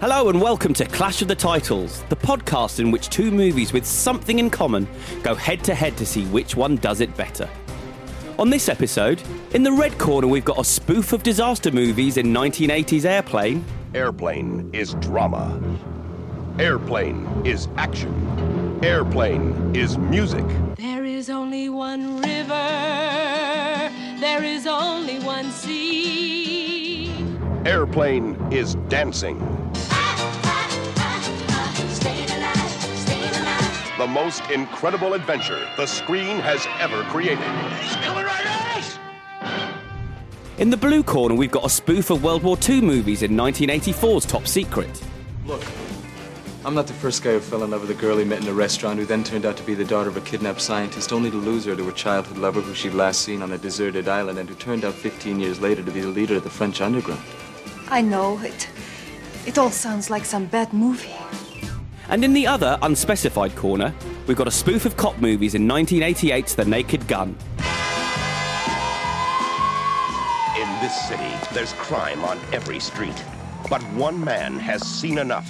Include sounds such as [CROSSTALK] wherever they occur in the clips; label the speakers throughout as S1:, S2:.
S1: Hello and welcome to Clash of the Titles, the podcast in which two movies with something in common go head to head to see which one does it better. On this episode, in the red corner, we've got a spoof of disaster movies in 1980s Airplane,
S2: Airplane is drama. Airplane is action. Airplane is music.
S3: There is only one river. There is only one sea.
S2: Airplane is dancing. The most incredible adventure the screen has ever created.
S1: in the blue corner, we've got a spoof of World War II movies in 1984's Top Secret,
S4: Look, I'm not the first guy who fell in love with a girl he met in a restaurant who then turned out to be the daughter of a kidnapped scientist, only to lose her to a childhood lover who she'd last seen on a deserted island and who turned out 15 years later to be the leader of the French underground.
S5: I know it. It all sounds like some bad movie.
S1: and in the other unspecified corner, we've got a spoof of cop movies in 1988's The Naked Gun.
S2: In this city, there's crime on every street. But one man has seen enough.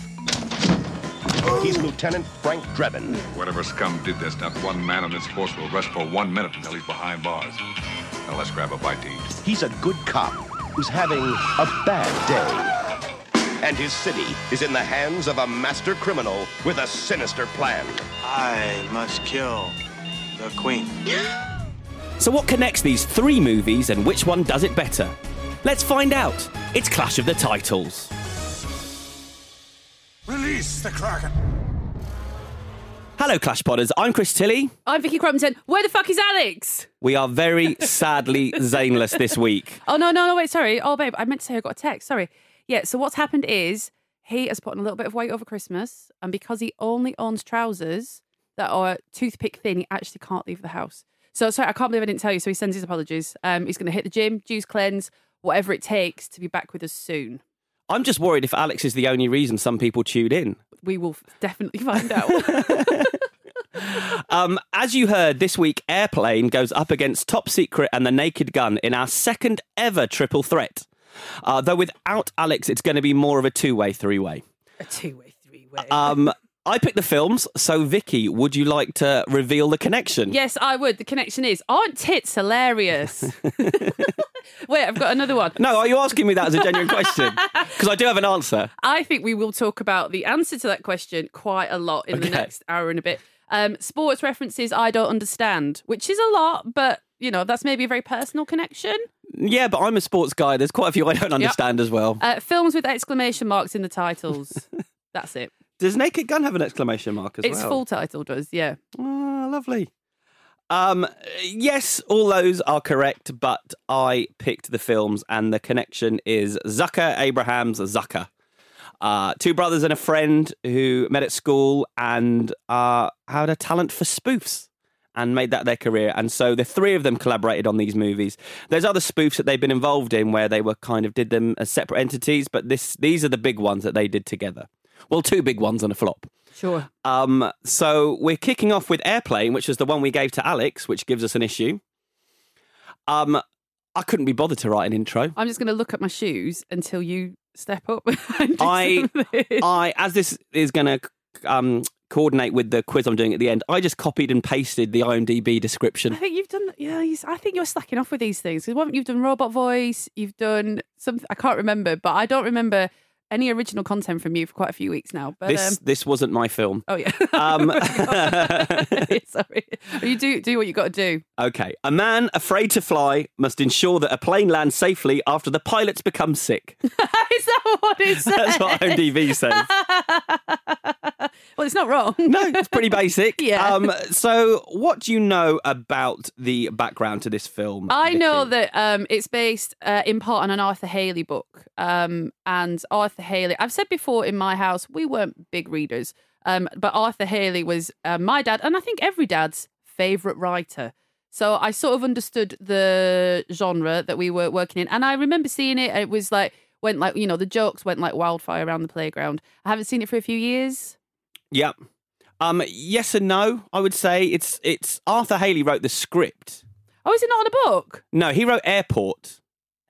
S2: He's Lieutenant Frank Drebin.
S6: Whatever scum did this, not one man on this force will rest for one minute until he's behind bars. Now let's grab a bite to eat.
S2: He's a good cop who's having a bad day. And his city is in the hands of a master criminal with a sinister plan.
S7: I must kill the queen.
S1: So, what connects these three movies and which one does it better? Let's find out. It's Clash of the Titles.
S7: Release the Kraken.
S1: Hello, Clash Podders. I'm Chris Tilley.
S8: I'm Vicky Crumpton. Where the fuck is Alex?
S1: We are very sadly zaneless this week.
S8: Oh no, no, no, wait, sorry. Oh babe, I meant to say I got a text. Sorry. Yeah, so what's happened is he has put on a little bit of weight over Christmas, and because he only owns trousers that are [LAUGHS] toothpick thin, he actually can't leave the house. So sorry, I can't believe I didn't tell you. So he sends his apologies. Um, he's gonna hit the gym, juice cleanse, whatever it takes to be back with us soon.
S1: I'm just worried if Alex is the only reason some people tune in.
S8: We will definitely find out.
S1: Um, as you heard, this week Airplane goes up against Top Secret and The Naked Gun in our second ever triple threat. Uh, though without Alex, it's going to be more of a two way, three way.
S8: a two way, three way.
S1: Um, I picked the films, so Vicky, would you like to reveal the connection?
S8: Yes, I would. The connection is aren't tits hilarious?
S1: [LAUGHS]
S8: Wait, I've got another one.
S1: No, are you asking me that as a genuine
S8: [LAUGHS]
S1: question? Because I do have an answer.
S8: I think we will talk about the answer to that question quite a lot in
S1: Okay.
S8: the next hour and a bit. Um, sports references I don't understand, which is a lot, but you know that's maybe a very personal connection.
S1: Yeah, but I'm a sports guy. There's quite a few I don't understand as well.
S8: Uh, films with exclamation marks in
S1: [LAUGHS]
S8: the titles. that's it.
S1: Does Naked Gun have an exclamation mark as
S8: It's
S1: well?
S8: full title does yeah.
S1: Ah, lovely. Um, yes, all those are correct, but I picked the films, and the connection is Zucker Abrahams Zucker. Uh, two brothers and a friend who met at school and uh, had a talent for spoofs. and made that their career. And so the three of them collaborated on these movies. There's other spoofs that they've been involved in where they were kind of did them as separate entities, but this these are the big ones that they did together. Well, two big ones and a flop.
S8: Sure.
S1: Um, so we're kicking off with Airplane, which is the one we gave to Alex, which gives us an issue. Um, I couldn't be bothered to write an
S8: [LAUGHS]
S1: intro.
S8: I'm just going to look at my shoes until you step up. [LAUGHS] and do
S1: I,
S8: something.
S1: I, as this is going to um, coordinate with the quiz I'm doing at the end, I just copied and pasted the IMDb
S8: I
S1: description.
S8: think you've done. Yeah, you, I think you're slacking off with these things because you've done robot voice, you've done something I can't remember, but I don't remember any original content from you for quite a few weeks now. [LAUGHS] But
S1: This,
S8: um,
S1: this wasn't my film.
S8: oh yeah, [LAUGHS]
S1: Um, [LAUGHS]
S8: sorry. You do do what you got to do. [LAUGHS]
S1: okay. A man afraid to fly must ensure that a plane lands safely after the pilots become sick. [LAUGHS]
S8: Is that what it says?
S1: That's
S8: [LAUGHS]
S1: what IMDb says.
S8: Well, it's not wrong.
S1: No, it's
S8: [LAUGHS]
S1: pretty basic.
S8: Yeah.
S1: Um, so, what do you know about the background to this film?
S8: I know
S1: Vicky?
S8: that um, it's based uh, in part on an Arthur Haley book. Um, and Arthur Haley, I've said before in my house, we weren't big readers, um, but Arthur Haley was uh, my dad, and I think every dad's favourite writer. So I sort of understood the genre that we were working in. And I remember seeing it. It was like, went like, you know, the jokes went like wildfire around the playground. I haven't seen it for a few years.
S1: Yeah. Um, yes and no. I would say it's it's Arthur Haley wrote the script.
S8: Oh, is it not on a book?
S1: No, he wrote Airport.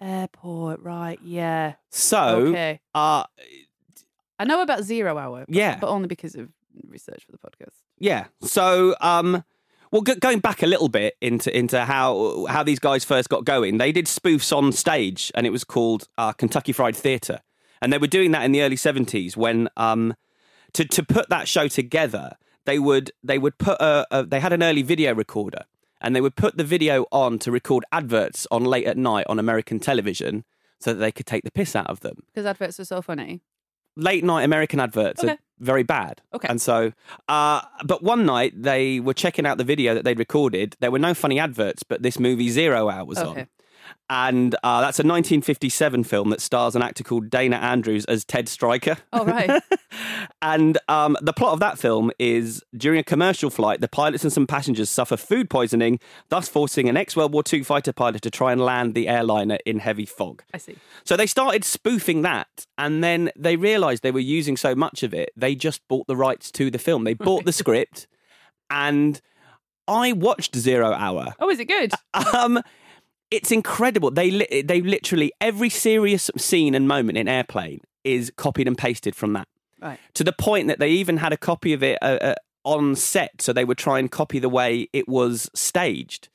S8: Airport, right, yeah.
S1: So,
S8: Okay.
S1: uh,
S8: I know about Zero Hour. but-
S1: Yeah.
S8: But only because of research for the podcast.
S1: yeah. So, um, well, go- going back a little bit into into how how these guys first got going, they did spoofs on stage, and it was called uh, Kentucky Fried Theatre, and they were doing that in the early seventies when um, to to put that show together, they would they would put a, a they had an early video recorder and they would put the video on to record adverts on late at night on American television so that they could take the piss out of them.
S8: Because adverts are so [LAUGHS] funny.
S1: Late night American adverts are
S8: Okay.
S1: very bad.
S8: Okay.
S1: And so uh, but one night they were checking out the video that they'd recorded. There were no funny adverts, but this movie Zero Hour was on.
S8: Okay.
S1: And uh, that's a 1957 film that stars an actor called Dana Andrews as Ted Stryker.
S8: Oh, right.
S1: And um, the plot of that film is during a commercial flight, the pilots and some passengers suffer food poisoning, thus forcing an ex World War II fighter pilot to try and land the airliner in heavy fog.
S8: I see.
S1: So they started spoofing that, and then they realised they were using so much of it, they just bought the rights to the film. They bought
S8: [LAUGHS]
S1: the script, and I watched Zero Hour.
S8: Oh, is it good?
S1: Um, it's incredible. They li- they literally every serious scene and moment in Airplane is copied and pasted from that
S8: Right.
S1: to the point that they even had a copy of it uh, uh, on set, so they would try and copy the way it was staged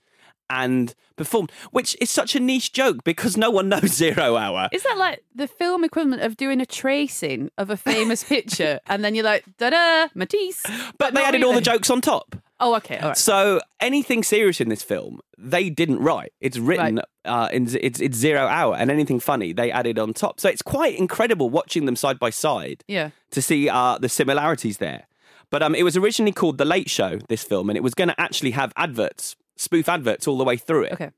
S1: and performed, which is such a niche joke because no one knows [LAUGHS] Zero Hour.
S8: Is that like the film equivalent of doing a tracing of a [LAUGHS] famous picture and then you're like, da da, Matisse?
S1: but they
S8: not
S1: added all the
S8: really.
S1: jokes on top.
S8: Oh, okay. All right.
S1: So anything serious in this film, they didn't write. It's written
S8: Right.
S1: uh, in z- it's, it's zero hour, and anything funny they added on top. So it's quite incredible watching them side by side
S8: yeah.
S1: to see uh, the similarities there. But um, it was originally called The Late Show. This film, and it was going to actually have adverts, spoof adverts all the way through it.
S8: Okay.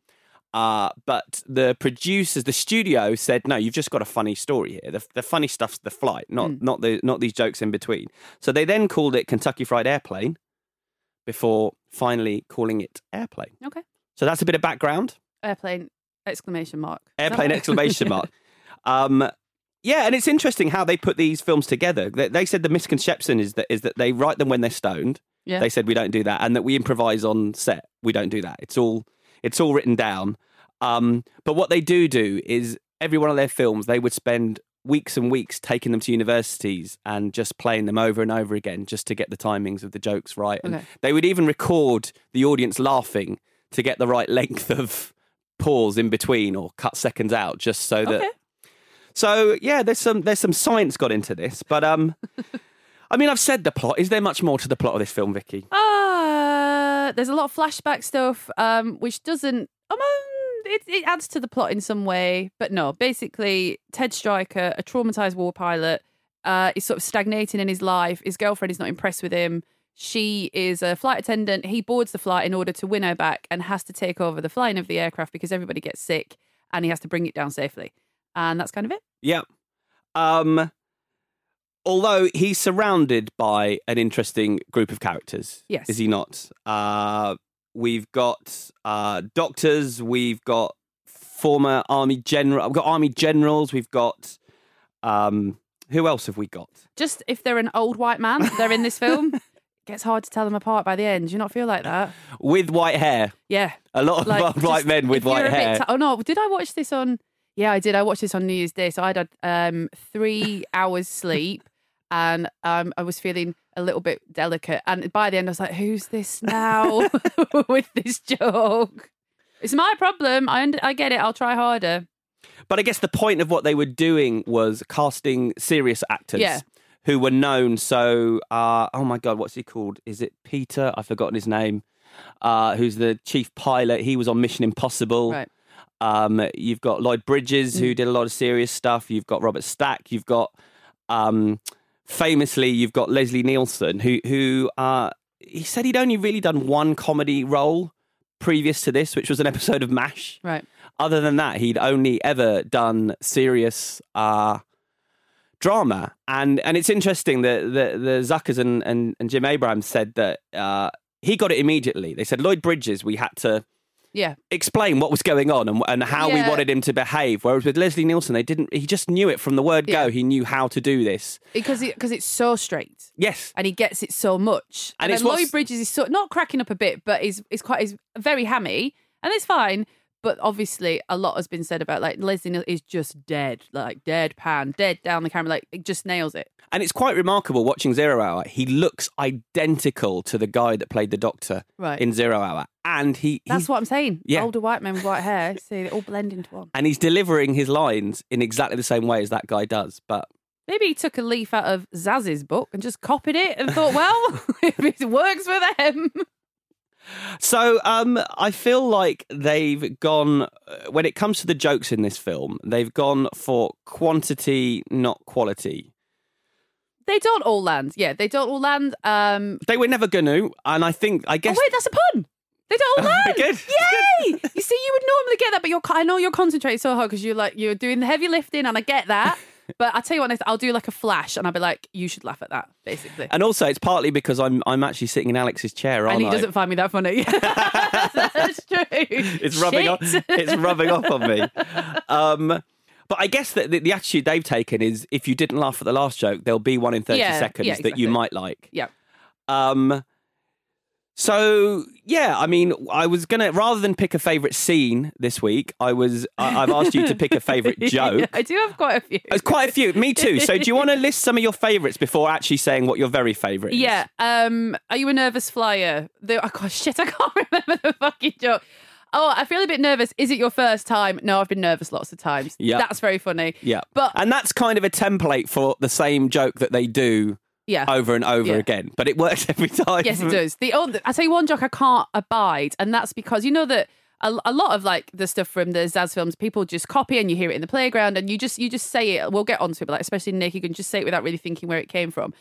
S1: Uh, but the producers, the studio said, no, you've just got a funny story here. The, the funny stuff's the flight, not not the not these jokes in between. So they then called it Kentucky Fried Airplane before finally calling it Airplane.
S8: Okay.
S1: So that's a bit of background.
S8: Airplane exclamation mark. Is that
S1: Airplane
S8: right?
S1: exclamation mark. Um, yeah, and it's interesting how they put these films together. They, they said the misconception is that is that they write them when they're stoned.
S8: [LAUGHS] Yeah.
S1: They said we don't do that, and that we improvise on set. We don't do that. It's all it's all written down. Um, but what they do do is every one of their films, they would spend weeks and weeks taking them to universities and just playing them over and over again, just to get the timings of the jokes right. And
S8: Okay.
S1: they would even record the audience laughing to get the right length of pause in between or cut seconds out, just so that.
S8: Okay.
S1: So yeah, there's some there's some science got into this, but um. [LAUGHS] I mean, I've said the plot. Is there much more to the plot of this film, Vicky?
S8: Uh, there's a lot of flashback stuff, um, which doesn't. Um, it, it adds to the plot in some way, but no. Basically, Ted Stryker, a traumatized war pilot, uh, is sort of stagnating in his life. His girlfriend is not impressed with him. She is a flight attendant. He boards the flight in order to win her back and has to take over the flying of the aircraft because everybody gets sick and he has to bring it down safely. And that's kind of it.
S1: Yeah. Um although he's surrounded by an interesting group of characters.
S8: Yes.
S1: Is he not? Uh We've got uh, doctors. We've got former army general. We've got army generals. We've got um, who else have we got?
S8: Just if they're an old white man, they're in this film. Gets hard to tell them apart by the end. Do you not feel like that?
S1: With white hair.
S8: Yeah.
S1: A lot of
S8: Like,
S1: [LAUGHS] white
S8: just
S1: men with
S8: if you're
S1: white
S8: a bit
S1: hair.
S8: ti- oh no! Did I watch this on? Yeah, I did. I watched this on New Year's Day. So I had um,
S1: [LAUGHS]
S8: three hours sleep, and um, I was feeling a little bit delicate. And by the end, I was like, "Who's
S1: [LAUGHS]
S8: this now [LAUGHS] with this joke? It's my problem. I und- I get it. I'll try harder."
S1: But I guess the point of what they were doing was casting serious actors
S8: Yeah.
S1: who were known. So, uh, oh my God, what's he called? Is it Peter? I've forgotten his name. Uh, who's the chief pilot? He was on Mission Impossible.
S8: Right. Mm.
S1: Um, you've got Lloyd Bridges, who did a lot of serious stuff. You've got Robert Stack. You've got, um, famously, you've got Leslie Nielsen, who who uh, he said he'd only really done one comedy role previous to this, which was an episode of Mash
S8: Right.
S1: other than that, he'd only ever done serious uh, drama. And and it's interesting that the, the Zuckers and, and, and Jim Abrams said that uh, he got it immediately. They said Lloyd Bridges, we had to
S8: Yeah.
S1: explain what was going on and, and how we
S8: Yeah.
S1: wanted him to behave. Whereas with Leslie Nielsen, they didn't. He just knew it from the word go. He knew how to do this.
S8: because because it's so straight.
S1: Yes.
S8: and he gets it so much.
S1: And
S8: And,
S1: it's
S8: then
S1: what's-
S8: Lloyd Bridges is so, not cracking up a bit, but is is quite is very hammy, and it's fine. But obviously, a lot has been said about like Leslie Nielsen is just dead, like deadpan, dead down the camera, like it just nails it.
S1: And it's quite remarkable watching Zero Hour. He looks identical to the guy that played the Doctor
S8: Right.
S1: in Zero Hour, and he
S8: That's
S1: he-
S8: what I'm saying.
S1: Yeah.
S8: Older white men with white
S1: [LAUGHS]
S8: hair, see, they all blend into one.
S1: and he's delivering his lines in exactly the same way as that guy does. But
S8: Maybe he took a leaf out of Zaz's book and just copied it and thought, well,
S1: [LAUGHS]
S8: [LAUGHS] if it works for them.
S1: so um, I feel like they've gone uh, when it comes to the jokes in this film, they've gone for quantity, not quality.
S8: They don't all land. Yeah, they don't all land. Um,
S1: They were never going to, and I think I guess
S8: Oh wait, that's a pun. They
S1: [LAUGHS]
S8: don't all land.
S1: Good.
S8: Yay! you see, you would normally get that, but you're. co- I know you're concentrating so hard because you're like you're doing the heavy lifting, and I
S1: [LAUGHS]
S8: get that. but I tell you what, Nathan, I'll do like a flash, and I'll be like, you should laugh at that, basically.
S1: and also it's partly because I'm I'm actually sitting in Alex's chair, aren't
S8: and he
S1: I?
S8: doesn't find me that
S1: [LAUGHS]
S8: funny. [LAUGHS] That's true.
S1: it's rubbing off.
S8: Shit.
S1: [LAUGHS] It's rubbing off on me. Um, but I guess that the, the attitude they've taken is if you didn't laugh at the last joke, there'll be one in thirty
S8: Yeah, yeah,
S1: seconds that
S8: exactly.
S1: you might like.
S8: Yeah.
S1: Um, so yeah, I mean, I was gonna rather than pick a favorite scene this week, I was I, I've asked you to pick a
S8: [LAUGHS]
S1: favorite joke.
S8: I do have quite a few.
S1: There's quite a few. Me too. So do you
S8: [LAUGHS]
S1: want to list some of your favorites before actually saying what your very favorite is?
S8: Yeah. Um, are you a nervous flyer? The, oh god, shit! I can't [LAUGHS] remember the fucking joke. Oh, I feel a bit nervous. Is it your first time? No, I've been nervous lots of times.
S1: Yeah.
S8: That's very funny.
S1: Yeah.
S8: But-
S1: and that's kind of a template for the same joke that they do
S8: Yeah.
S1: over and over
S8: Yeah.
S1: again. But it works [LAUGHS] every time.
S8: Yes, it does. The other, I tell you one joke I can't abide, and that's because you know that a, a lot of like the stuff from the Zaz films, people just copy and you hear it in the playground, and you just you just say it. We'll get onto it, but like especially Nick, you can just say it without really thinking where it came from.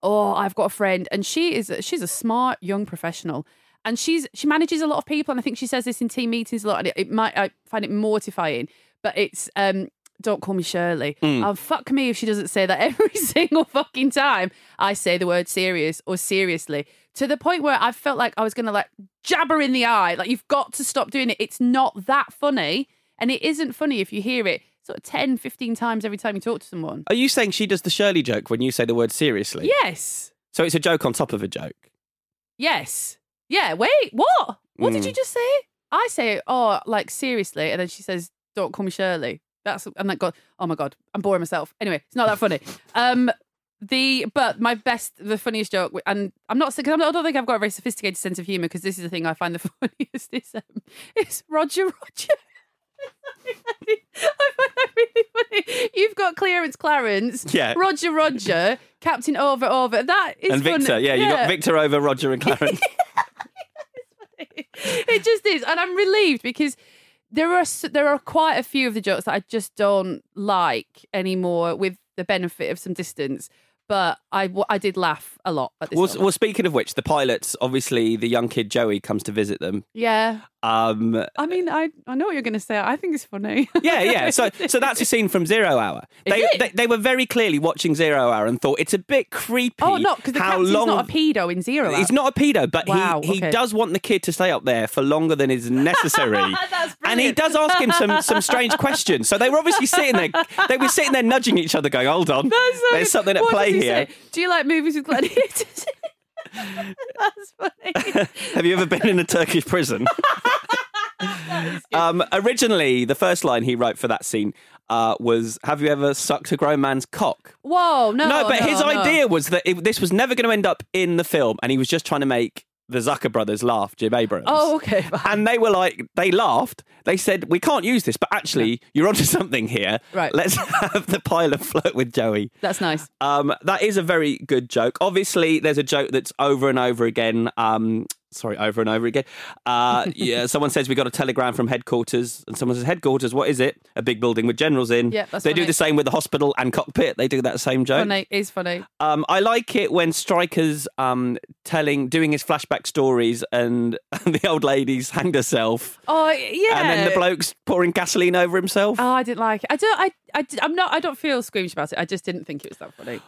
S8: Oh, I've got a friend, and she is she's a smart young professional. And she's she manages a lot of people, and I think she says this in team meetings a lot. And it, it might I find it mortifying, but it's um, don't call me Shirley. Oh, fuck me if she doesn't say that [LAUGHS] every single fucking time I say the word serious or seriously to the point where I felt like I was going to like jab her in the eye. Like, you've got to stop doing it. It's not that funny. And it isn't funny if you hear it sort of 10, 15 times every time you talk to someone.
S1: Are you saying she does the Shirley joke when you say the word seriously?
S8: Yes.
S1: So it's a joke on top of a joke.
S8: Yes. Yeah. Wait, what? What did
S1: Mm.
S8: you just say? I say, oh, like seriously. And then she says, don't call me Shirley. That's, and that got, oh my God, I'm boring myself. Anyway, it's not that funny. um, the but my best the funniest joke and I'm not because I don't think I've got a very sophisticated sense of humor because this is the thing I find the [LAUGHS] funniest is um, is Roger Roger. [LAUGHS] I find that really funny. You've got clearance, Clarence.
S1: Yeah.
S8: Roger, Roger, Captain Over, Over. That is
S1: and Victor,
S8: funny.
S1: yeah, you got Victor over Roger and
S8: [LAUGHS]
S1: Clarence.
S8: it just is, and I'm relieved because there are s- there are quite a few of the jokes that I just don't like anymore. With the benefit of some distance, but I, w- I did laugh a lot at this.
S1: Well, s-
S8: film.
S1: well, speaking of which, the pilots, obviously, the young kid Joey comes to visit them.
S8: yeah.
S1: Um,
S8: I mean, I, I know what you're going to say. I think it's funny.
S1: yeah,
S8: [LAUGHS]
S1: yeah. So, so that's a scene from Zero Hour. They,
S8: it?
S1: they they were very clearly watching Zero Hour and thought it's a bit creepy.
S8: oh, not because the
S1: how
S8: captain's
S1: long
S8: not a pedo in zero.
S1: He's
S8: [LAUGHS]
S1: not a pedo, but
S8: Wow,
S1: he, he
S8: okay.
S1: does want the kid to stay up there for longer than is
S8: [LAUGHS]
S1: necessary. [LAUGHS] and he does ask him some, some strange questions. So they were obviously sitting there, they were sitting there nudging each other, going, hold on,
S8: That's so-
S1: [LAUGHS] there's something at
S8: what does
S1: play
S8: he
S1: here.
S8: say? Do you like movies with gladiators? [LAUGHS] That's
S1: [LAUGHS]
S8: funny.
S1: Have you ever been in a Turkish
S8: [LAUGHS]
S1: prison? um, originally, the first line he wrote for that scene uh, was, Have you ever sucked a grown man's cock?
S8: Whoa, no.
S1: no, but his
S8: no.
S1: idea was that it, this was never going to end up in the film, and he was just trying to make the Zucker brothers laugh, Jim Abrams.
S8: Oh, okay.
S1: And they were like, they laughed. They said, "We can't use this, but actually, you're onto something here.
S8: Right.
S1: Let's [LAUGHS] have the pilot flirt with Joey."
S8: That's nice.
S1: Um, that is a very good joke. Obviously, there's a joke that's over and over again. Um, sorry, over and over again.
S8: [LAUGHS]
S1: Uh, yeah, someone says we got a telegram from headquarters, and someone says headquarters. What is it? A big building with generals in.
S8: Yeah, that's
S1: they do
S8: funny.
S1: the same with the hospital and cockpit. They do that same joke.
S8: Funny is funny.
S1: Um, I like it when Striker's um, telling, doing his flashback stories, and [LAUGHS] the old lady's hanged herself,
S8: Oh yeah.
S1: and then the bloke's pouring gasoline over himself.
S8: Oh, I didn't like it. I don't. I. I. I'm not. I don't feel squeamish about it. I just didn't think it was that funny.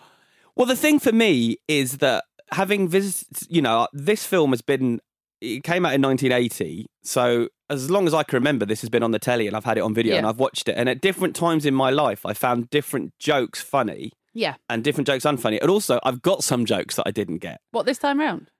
S1: Well, the thing for me is that having visited, you know, this film has been, it came out in 1980. So as long as I can remember, this has been on the telly and I've had it on video and
S8: Yeah.
S1: I've watched it. And at different times in my life, I found different jokes funny
S8: Yeah.
S1: and different jokes unfunny. And also, I've got some jokes that I didn't get.
S8: What this time round?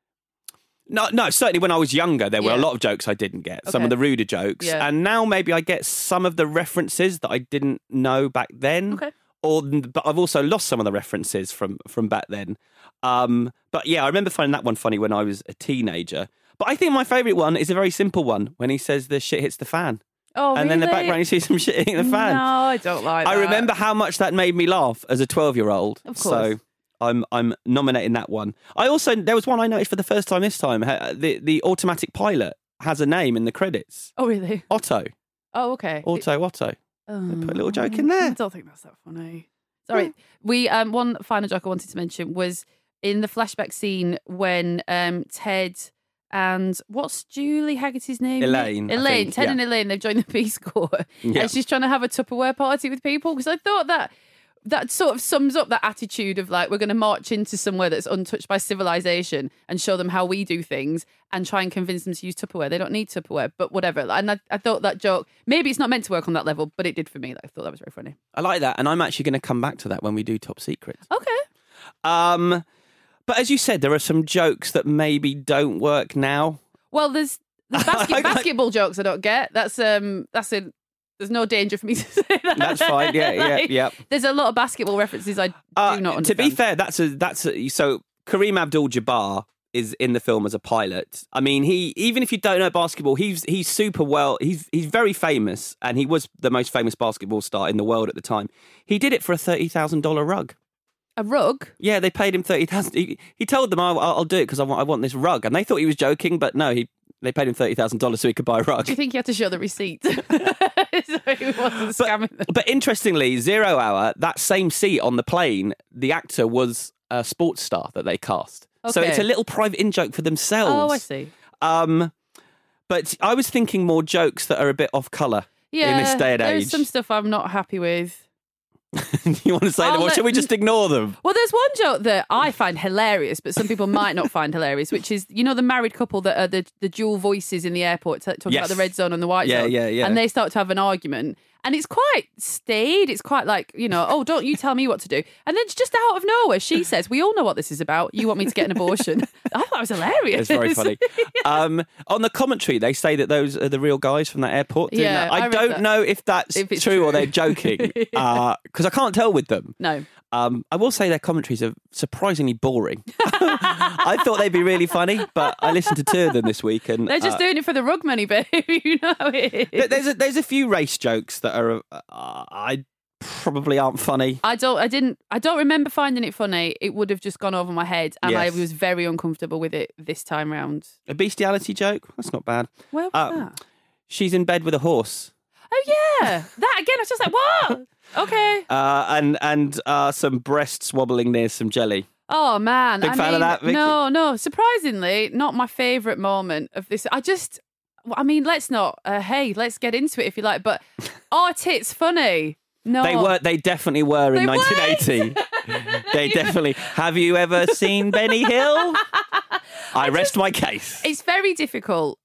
S1: No, no. Certainly, when I was younger, there were a
S8: Yeah.
S1: lot of jokes I didn't get. Some
S8: Okay.
S1: of the ruder jokes,
S8: Yeah.
S1: and now maybe I get some of the references that I didn't know back then.
S8: Okay.
S1: Or, but I've also lost some of the references from from back then. Um, but yeah, I remember finding that one funny when I was a teenager. But I think my favourite one is a very simple one when he says the shit hits the fan,
S8: Oh,
S1: and then in the
S8: really?
S1: background you see some shit hitting the fan.
S8: No, I don't like.
S1: I
S8: that.
S1: remember how much that made me laugh as a 12 year old.
S8: Of
S1: So
S8: course.
S1: I'm I'm nominating that one. I also there was one I noticed for the first time this time. uh, The the automatic pilot has a name in the credits.
S8: Oh really?
S1: Otto.
S8: Oh okay.
S1: Otto Otto.
S8: Oh,
S1: Put a little joke in there.
S8: I don't think that's that funny. Sorry. We um one final joke I wanted to mention was in the flashback scene when um Ted and what's Julie Haggerty's name?
S1: Elaine, I
S8: Elaine.
S1: think,
S8: Ted
S1: yeah.
S8: and Elaine. They've joined the Peace Corps,
S1: Yeah.
S8: and she's trying to have a Tupperware party with people because I thought that. That sort of sums up that attitude of like we're going to march into somewhere that's untouched by civilization and show them how we do things and try and convince them to use Tupperware. They don't need Tupperware, but whatever. And I, I thought that joke maybe it's not meant to work on that level, but it did for me. I thought that was very funny.
S1: I like that, and I'm actually going to come back to that when we do top secret.
S8: Okay.
S1: Um, but as you said, there are some jokes that maybe don't work now.
S8: Well, there's
S1: [LAUGHS]
S8: the basket, basketball jokes I don't get. That's um, that's a there's no danger for me to [LAUGHS] say that.
S1: That's fine. Yeah, yeah, yeah.
S8: There's a lot of basketball references I do
S1: Uh,
S8: not understand.
S1: to be fair, that's a that's a, so Kareem Abdul-Jabbar is in the film as a pilot. I mean, he even if you don't know basketball, he's he's super well. He's he's very famous, and he was the most famous basketball star in the world at the time. He did it for a thirty thousand dollar rug.
S8: a rug.
S1: Yeah, they paid him thirty thousand. He, he told them, "Oh, "I'll, I'll do it because I want I want this rug," and they thought he was joking, but no, he they paid him thirty thousand dollars so he could buy a rug.
S8: Do you think you had to show the receipt? [LAUGHS] so it wasn't [LAUGHS] scamming them.
S1: But interestingly, Zero Hour, that same seat on the plane, the actor was a sports star that they cast. So
S8: Okay.
S1: it's a little private in joke for themselves.
S8: Oh, I see.
S1: Um, but I was thinking more jokes that are a bit off colour
S8: Yeah,
S1: in this day and
S8: there's
S1: age.
S8: some stuff I'm not happy with.
S1: [LAUGHS] you want to say them,
S8: I'll
S1: or should
S8: let-
S1: we just ignore
S8: [LAUGHS]
S1: them?
S8: Well, there's one joke that I find hilarious, but some people might not find hilarious, which is you know the married couple that are the the dual voices in the airport t- talking
S1: Yes.
S8: about the red zone and the white
S1: Yeah,
S8: zone,
S1: yeah, yeah.
S8: and they start to have an argument, and it's quite staid. It's quite like you know, oh, don't you tell me what to do, and then just out of nowhere, she says, "We all know what this is about. You want me to get an abortion?" [LAUGHS] I thought it was hilarious.
S1: It's very funny. um, on the commentary, they say that those are the real guys from that airport. doing
S8: Yeah,
S1: that.
S8: I
S1: I,
S8: read
S1: don't
S8: that.
S1: know if that's
S8: If it's
S1: true, or
S8: true.
S1: they're
S8: [LAUGHS]
S1: joking because I can't tell with them.
S8: [LAUGHS] no,
S1: Um, I will say their commentaries are surprisingly boring. [LAUGHS] I thought they'd be really funny, but I listened to two of them this week, and
S8: they're just
S1: uh,
S8: doing it for the rug money, [LAUGHS] babe. you know how it is.
S1: th- There's a, there's a few race jokes that are uh, I probably aren't funny.
S8: I don't. I didn't. I don't remember finding it funny. It would have just gone over my head, and
S1: Yes.
S8: I was very uncomfortable with it this time round.
S1: A bestiality joke that's not bad.
S8: Where was
S1: Uh,
S8: that?
S1: She's in bed with a horse.
S8: Oh yeah, that again. I was just like, [LAUGHS] what? Okay.
S1: Uh, and and uh, some breasts wobbling near some jelly.
S8: Oh man,
S1: Big
S8: I
S1: fan of
S8: mean,
S1: that, Vicky?
S8: No, no. Surprisingly, not my favourite moment of this. I just, I mean, let's not. Uh, hey, let's get into it if you
S1: [LAUGHS]
S8: like. But are tits funny? No,
S1: They were. They definitely were in
S8: Oh. They weren't. [LAUGHS]
S1: 1980. they definitely. Have you ever seen Benny
S8: [LAUGHS]
S1: Hill? I rest my case.
S8: It's very difficult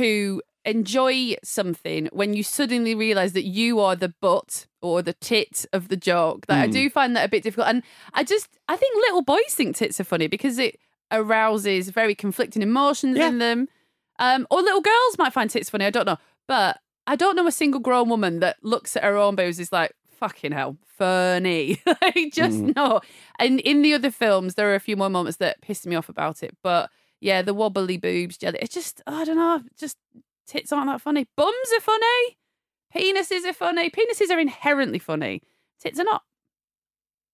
S8: to enjoy something when you suddenly realize that you are the butt or the tit of the joke. Like I
S9: Mm.
S8: do find that a bit difficult, and I just I think little boys think tits are funny because it arouses very conflicting emotions in them. Um, or little girls might find tits funny. I don't know, but I don't know a single grown woman that looks at her own boobs is like. Fucking hell, funny. [LAUGHS] like, just
S9: Mm.
S8: not. And in the other films, there are a few more moments that pissed me off about it. But yeah, the wobbly boobs, jelly. It's just, I don't know, just tits aren't that funny. Bums are funny. Penises are funny. Penises are inherently funny. Tits are not.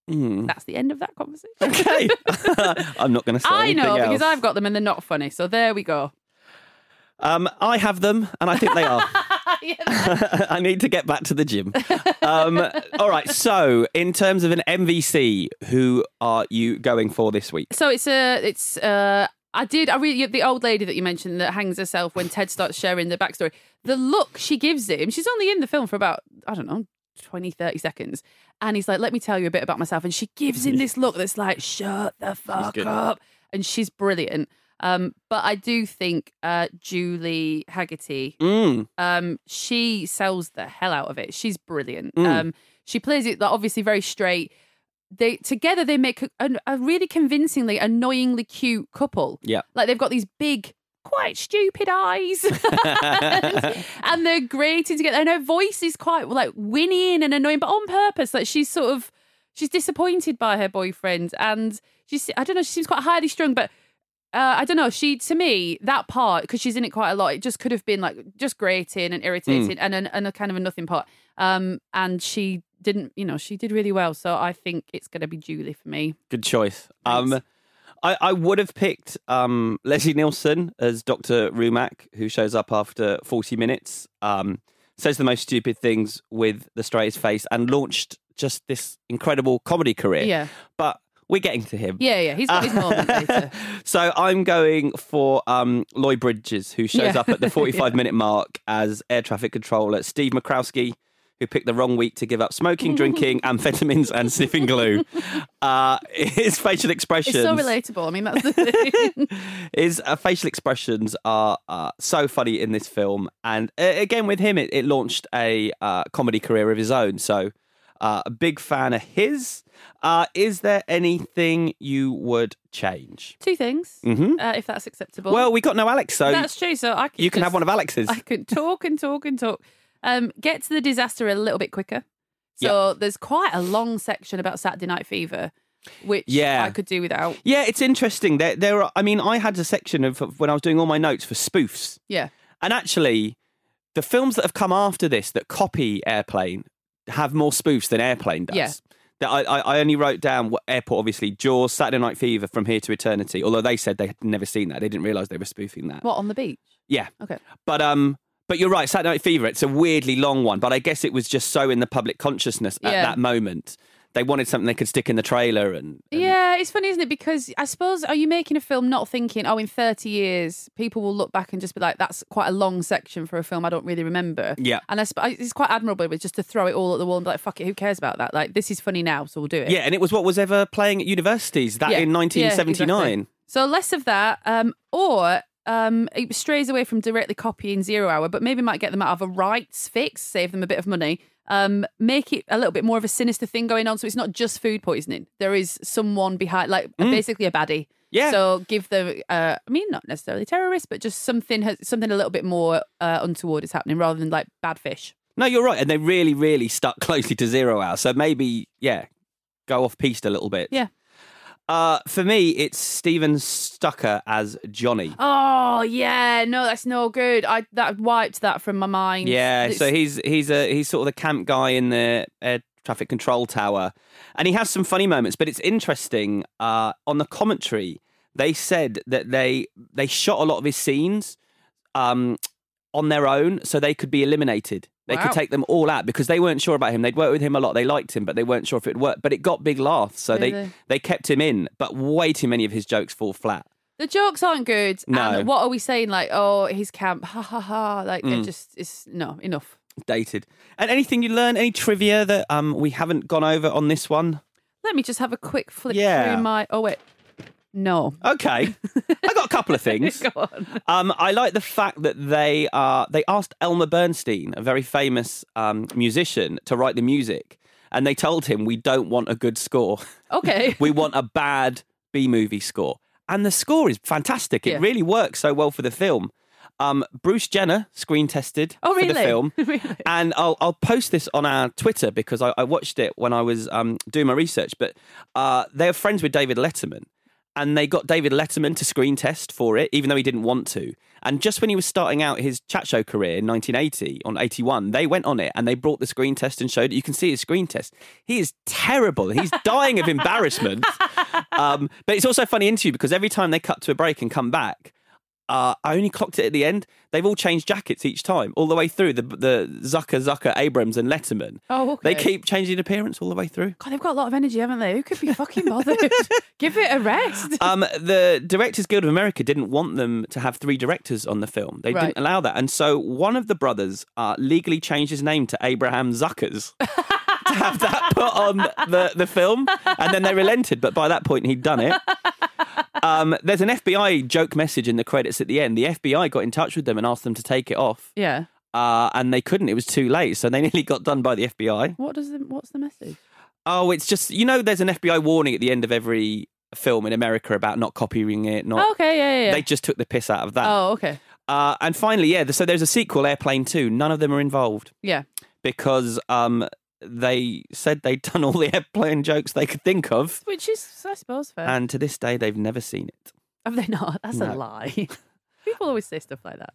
S1: Hmm.
S8: That's the end of that conversation. [LAUGHS]
S1: [LAUGHS] I'm not going to say.
S8: I
S1: anything
S8: know
S1: else.
S8: because I've got them and they're not funny. So there we go.
S1: Um, I have them, and I think they
S8: [LAUGHS]
S1: are. [LAUGHS] I need to get back to the gym. Um, all right. So, in terms of an MVC, who are you going for this
S8: [LAUGHS]
S1: week?
S8: So it's a, it's uh, I did, I really, the old lady that you mentioned that hangs herself when Ted starts sharing the backstory, the look she gives him, she's only in the film for about, I don't know, 20, 30 seconds. And he's like, let me tell you a bit about myself. And she gives him this look that's like, shut the fuck
S9: good.
S8: up. And she's brilliant. Um, but I do think uh, Julie Haggerty [LAUGHS]
S1: [LAUGHS] Mm.
S8: um, she sells the hell out of it. She's brilliant.
S1: Mm.
S8: Um, she plays it like, obviously very straight. They together they make a, an- a really convincingly annoyingly cute couple.
S1: Yeah.
S8: like they've got these big, quite stupid eyes, [LAUGHS] and they're grating together. And her voice is quite like whinnying and annoying, but on purpose. Like she's sort of she's disappointed by her boyfriend, and she's I don't know. She seems quite highly strung, but uh, I don't know. She to me that part because she's in it quite a lot. It just could have been like just grating and irritating and, an, and a kind of a nothing part. Um, and she didn't, you know, she did really well. So I think it's going to be Julie for me.
S1: Good choice. Um, I, I would have picked um, Leslie Nielsen as Dr. Rumack, who shows up after 40 minutes, um, says the most stupid things with the straightest face, and launched just this incredible comedy career.
S8: Yeah.
S1: But we're getting to him.
S8: Yeah, yeah, he's got
S1: [LAUGHS]
S8: his moment later.
S1: So I'm going for um, Lloyd Bridges, who shows
S8: Yeah.
S1: up
S8: [LAUGHS]
S1: at the 45
S8: Yeah.
S1: minute mark as air traffic controller. Steve Mccrowski, who picked the wrong week to give up smoking,
S8: [LAUGHS]
S1: drinking, amphetamines, and sniffing glue. Uh, his facial
S8: It's
S1: expressions.
S8: so relatable. I mean, that's the
S1: [LAUGHS]
S8: thing.
S1: His uh, facial expressions are uh, so funny in this film, and uh, again with him, it, it launched a uh, comedy career of his own. So, uh, a big fan of his. Uh, is there anything you would change?
S8: Two things,
S1: Mhm.
S8: uh, if that's acceptable.
S1: Well, we got no Alex, so
S8: that's true. So I could
S1: you can
S8: just-
S1: have one of Alex's.
S8: I could talk and talk and talk. Um, get to the disaster a little bit quicker. So there's quite a long section about Saturday Night Fever, which
S1: Yeah.
S8: I could do without.
S1: Yeah, it's interesting. There, there are. I mean, I had a section of, of when I was doing all my notes for spoofs,
S8: Yeah.
S1: and actually, the films that have come after this that copy Airplane have more spoofs than Airplane does.
S8: Yeah.
S1: That I, I I only wrote down what Airport, obviously Jaws, Saturday Night Fever, From Here to Eternity. Although they said they had never seen that, they didn't realize they were spoofing that.
S8: What on the beach?
S1: Yeah.
S8: Okay.
S1: But um, but you're right. Saturday Night Fever. It's a weirdly long one, but I guess it was just so in the public consciousness at
S8: Yeah.
S1: that moment. They wanted something they could stick in the trailer and
S8: Yeah, it's funny, isn't it? Because I suppose are you making a film not thinking, oh, in thirty years people will look back and just be like, that's quite a long section for a film I don't really remember.
S1: Yeah.
S8: and I sp- it's quite admirable, but just to throw it all at the wall and be like, fuck it, who cares about that? Like this is funny now, so we'll do it.
S1: Yeah, and it was what was ever playing at universities that
S8: Yeah.
S1: in
S8: Yeah,
S1: 1979.
S8: exactly. So less of that, um, or um, it strays away from directly copying Zero Hour, but maybe might get them out of a rights fix, save them a bit of money, um, make it a little bit more of a sinister thing going on. So it's not just food poisoning. There is someone behind, like basically a baddie.
S1: Mm. Yeah.
S8: So give them, uh, I mean, not necessarily terrorists, but just something has something a little bit more uh, untoward is happening rather than like bad fish.
S1: No, you're right, and they really, really stuck [LAUGHS] closely to Zero Hour. So maybe, yeah, go off piste a little bit.
S8: Yeah.
S1: Uh, for me, it's Steven Stucker as Johnny.
S8: Oh yeah, no, that's no good. I that wiped that from my mind.
S1: Yeah,
S8: It's-
S1: so he's he's a he's sort of the camp guy in the air traffic control tower, and he has some funny moments. But it's interesting uh, on the commentary they said that they they shot a lot of his scenes um, on their own so they could be eliminated. They could
S8: Wow.
S1: take them all out because they weren't sure about him. They'd worked with him a lot. They liked him, but they weren't sure if it would work. But it got big laughs, so they
S8: Really?
S1: they kept him in. But way too many of his jokes fall flat.
S8: The jokes aren't good.
S1: No.
S8: And what are we saying? Like, oh, he's camp. Ha ha ha. Like,
S1: Mm.
S8: it just is no enough.
S1: Dated. And anything you learn, any trivia that um we haven't gone over on this one?
S8: Let me just have a quick flick
S1: Yeah.
S8: through my. Oh wait, no. [LAUGHS]
S1: Okay, I got a couple of things.
S8: Go on.
S1: Um, I like the fact that they uh, they asked Elmer Bernstein, a very famous um, musician, to write the music, and they told him we don't want a good score,
S8: Okay.
S1: [LAUGHS] we want a bad B movie score, and the score is fantastic. It
S8: Yeah.
S1: really works so well for the film. Um, Bruce Jenner screen tested
S8: Oh
S1: for
S8: really?
S1: the film,
S8: [LAUGHS] Really?
S1: and I'll, I'll post this on our Twitter because I, I watched it when I was um, doing my research. But uh, they're friends with David Letterman, and they got David Letterman to screen test for it, even though he didn't want to. And just when he was starting out his chat show career in 1980 on 81, they went on it and they brought the screen test and showed it. You can see his screen test. He is terrible. He's dying of
S8: [LAUGHS]
S1: embarrassment. Um, but it's also a funny interview because every time they cut to a break and come back, uh, I only clocked it at the end. They've all changed jackets each time, all the way through. The the Zucker, Zucker, Abrams, and Letterman.
S8: Oh,
S1: They
S8: okay.
S1: keep changing appearance all the way through.
S8: God, they've got a lot of energy, haven't they? Who could be fucking
S1: [LAUGHS]
S8: bothered? Give it a rest.
S1: Um, the Directors Guild of America didn't want them to have three directors on the film. They
S8: Right.
S1: didn't allow that, and so one of the brothers uh, legally changed his name to Abraham
S8: [LAUGHS]
S1: Zuckers to have that put on the the film, and then they relented. But by that point, he'd done it. Um, there's an FBI joke message in the credits at the end. The FBI got in touch with them and asked them to take it off.
S8: Yeah.
S1: uh, and they couldn't. It was too late, so they [LAUGHS] nearly got done by the FBI.
S8: What does the, what's the message?
S1: Oh, it's just you know, there's an FBI warning at the end of every film in America about not copying it. Not
S8: Oh, okay, yeah, yeah, yeah.
S1: They just took the piss out of that.
S8: Oh, okay.
S1: Uh, and finally, yeah. th- So there's a sequel, Airplane Two. None of them are involved
S8: Yeah.
S1: because um, they said they'd done all the [LAUGHS] airplane jokes they could think of,
S8: Which is, I suppose, fair.
S1: and to this day they've never seen it.
S8: Have they not? That's
S1: No.
S8: a lie. [LAUGHS] People always say stuff like that.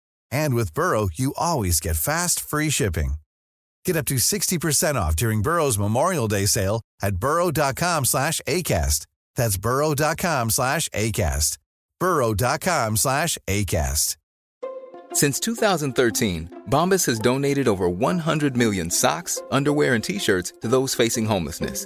S10: And with Burrow, you always get fast, free shipping. Get up to 60% off during Burrow's Memorial Day sale at burrow.com slash ACAST. That's burrow.com slash ACAST. burrow.com slash ACAST.
S11: Since 2013, Bombas has donated over 100 million socks, underwear, and t shirts to those facing homelessness.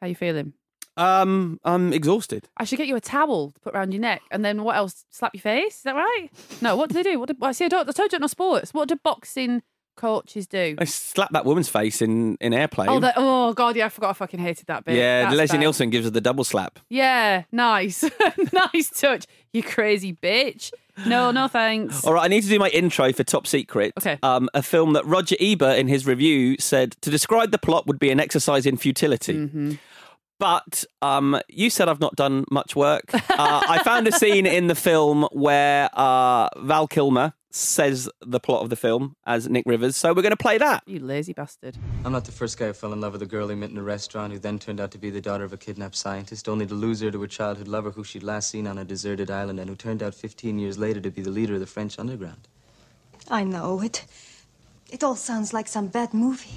S8: How you feeling?
S1: Um, I'm exhausted.
S8: I should get you a towel to put around your neck, and then what else? Slap your face? Is that right? No. What do they do? What do, I see? I, don't, I told you no sports. What do boxing coaches do?
S1: I slapped that woman's face in in airplane.
S8: Oh, the, oh God! Yeah, I forgot. I fucking hated that bit.
S1: yeah,
S8: That's
S1: Leslie
S8: bad.
S1: Nielsen gives her the double slap.
S8: Yeah, nice, [LAUGHS] nice touch. You crazy bitch. No, no thanks.
S1: All right, I need to do my intro for Top Secret.
S8: Okay.
S1: Um, a film that Roger Ebert, in his review, said to describe the plot would be an exercise in futility.
S8: Mm-hmm.
S1: But um, you said I've not done much work. Uh, I found a scene in the film where uh, Val Kilmer says the plot of the film as Nick Rivers. So we're going to play that.
S8: You lazy bastard.
S4: I'm not the first guy who fell in love with a girl he met in a restaurant who then turned out to be the daughter of a kidnapped scientist, only to lose her to a childhood lover who she'd last seen on a deserted island and who turned out 15 years later to be the leader of the French underground.
S5: I know it. It all sounds like some bad movie.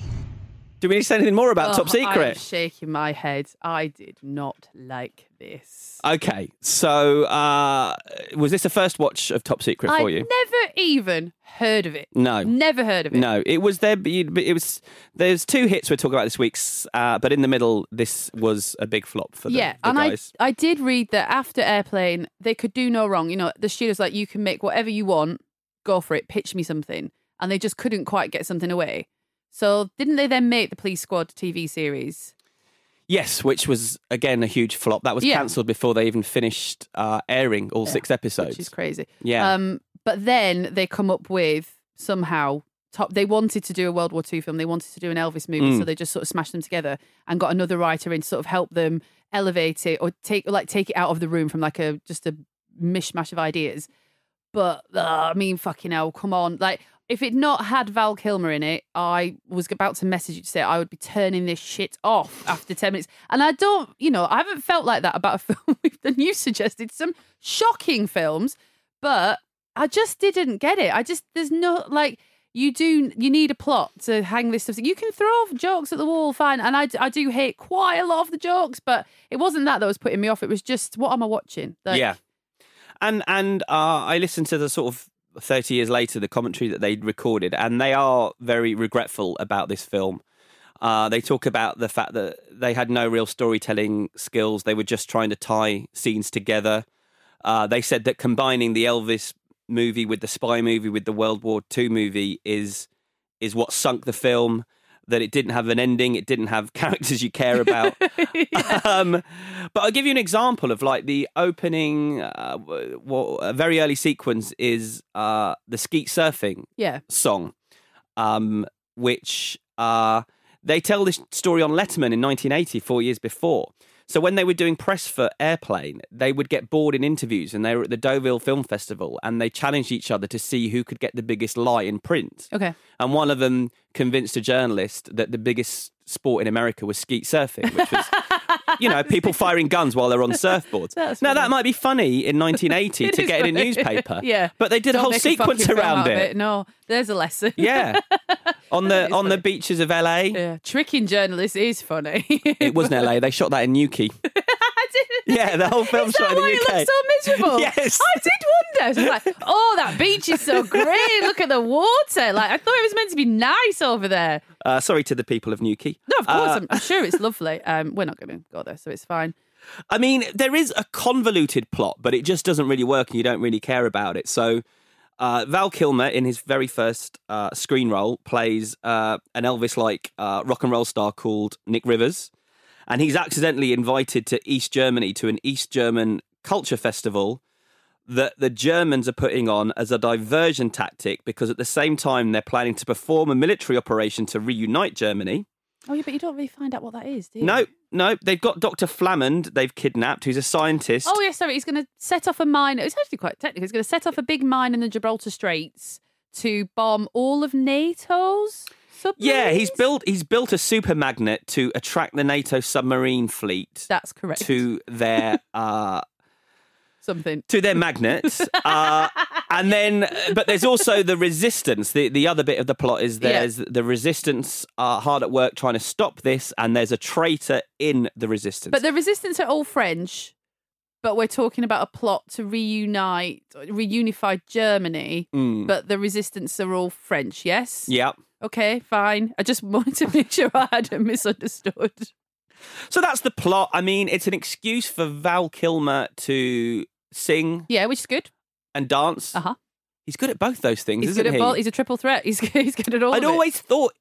S1: Do we need to say anything more about
S8: Oh,
S1: Top
S8: I'm
S1: Secret?
S8: shaking my head. I did not like this.
S1: okay. So uh, was this the first watch of Top Secret
S8: I
S1: for you?
S8: never even heard of it.
S1: No.
S8: Never heard of it.
S1: No, it was there. It was there's two hits we're talking about this week's, uh, but in the middle, this was a big flop for the,
S8: yeah,
S1: the
S8: and
S1: guys.
S8: I I did read that after Airplane they could do no wrong. You know, the studio's like you can make whatever you want, go for it, pitch me something, and they just couldn't quite get something away. So didn't they then make the Police Squad TV series?
S1: yes, which was again a huge flop. That was
S8: Yeah.
S1: cancelled before they even finished uh, airing all six episodes.
S8: which is crazy.
S1: Yeah.
S8: Um, but then they come up with somehow top. They wanted to do a World War II film. They wanted to do an Elvis movie,
S1: Mm.
S8: so they just sort of smashed them together and got another writer in to sort of help them elevate it or take like take it out of the room from like a just a mishmash of ideas. But uh, I mean, fucking hell, come on! Like, if it not had Val Kilmer in it, I was about to message you to say I would be turning this shit off after ten minutes. And I don't, you know, I haven't felt like that about a [LAUGHS] film we've done. You suggested some shocking films, but I just didn't get it. I just there's no like you do you need a plot to hang this stuff. You can throw jokes at the wall, fine. And I, d- I do hate quite a lot of the jokes, but it wasn't that that was putting me off. It was just what am I watching? Like,
S1: yeah, and and uh, I listened to the sort of. 30 years later, the commentary that they recorded, and they are very regretful about this film. Uh, they talk about the fact that they had no real storytelling skills. They were just trying to tie scenes together. Uh, they said that combining the Elvis movie with the spy movie with the World War II movie is is what sunk the film. That it didn't have an ending. It didn't have [LAUGHS] characters you care about. um, but I'll give you an example of like the opening. Uh, w- w- a very early sequence is uh, the skeet surfing
S8: Yeah.
S1: song, um, which uh, they tell this story on Letterman in 1980, four years before. So when they were doing press for Airplane, they would get bored in interviews, and they were at the Deauville Film Festival, and they challenged each other to see who could get the biggest lie in print.
S8: Okay.
S1: And one of them convinced a journalist that the biggest sport in America was skeet surfing, which
S8: [LAUGHS]
S1: was, you know, people firing guns while they're on surfboards.
S8: That's
S1: now, that might be funny in 1980
S8: [LAUGHS] It
S1: to
S8: is
S1: get in a
S8: funny.
S1: newspaper.
S8: [LAUGHS] yeah.
S1: But they did
S8: Don't
S1: a whole
S8: make fucking
S1: sequence
S8: film
S1: around
S8: out of
S1: it.
S8: No, there's a lesson.
S1: [LAUGHS] Yeah. on the on the beaches of LA.
S8: [LAUGHS] Yeah. Tricking journalists is funny.
S1: It
S8: [LAUGHS]
S1: wasn't LA. They shot that in Newquay. [LAUGHS] Yeah, the whole film
S8: Is that
S1: shot in the
S8: why it
S1: UK.
S8: looks so miserable?
S1: Yes.
S8: I did wonder. I was like, oh, that beach is so great. Look at the water. Like, I thought it was meant to be nice over there.
S1: Uh, sorry to the people of Newquay.
S8: No, of course,
S1: Uh, [LAUGHS]
S8: I'm, I'm sure it's lovely. Um, we're not going to go there, so it's fine.
S1: I mean, there is a convoluted plot, but it just doesn't really work, and you don't really care about it. So, uh, Val Kilmer, in his very first uh, screen role, plays uh, an Elvis-like uh, rock and roll star called Nick Rivers, and he's accidentally invited to East Germany to an East German culture festival that the Germans are putting on as a diversion tactic because at the same time they're planning to perform a military operation to reunite Germany.
S8: Oh, yeah, but you don't really find out what that is, do you?
S1: No, no, they've got Dr. Flamand they've kidnapped, who's a scientist.
S8: Oh, yeah, sorry. He's going to set off a mine. It's actually quite technical. He's going to set off a big mine in the Gibraltar Straits to bomb all of NATO's submarines.
S1: Yeah, he's built he's built a super magnet to attract the NATO submarine fleet
S8: That's correct.
S1: to their uh
S8: Something.
S1: to their magnet.
S8: [LAUGHS]
S1: uh, and then but there's also the resistance. The the other bit of the plot is
S8: Yeah.
S1: there's the resistance are hard at work trying to stop this and there's a traitor in the resistance.
S8: But the resistance are all French. But we're talking about a plot to reunite, reunify Germany.
S1: Mm.
S8: But the resistance are all French, yes.
S1: Yep.
S8: Okay, fine. I just [LAUGHS] wanted to make sure I hadn't misunderstood.
S1: So that's the plot. I mean, it's an excuse for Val Kilmer to sing
S8: Yeah, which is good.
S1: and dance.
S8: Uh huh.
S1: He's good at both those things,
S8: He's
S1: isn't
S8: good at
S1: he?
S8: both. He's a triple threat. He's good, he's good at all.
S1: I'd
S8: of it. [LAUGHS]
S1: always thought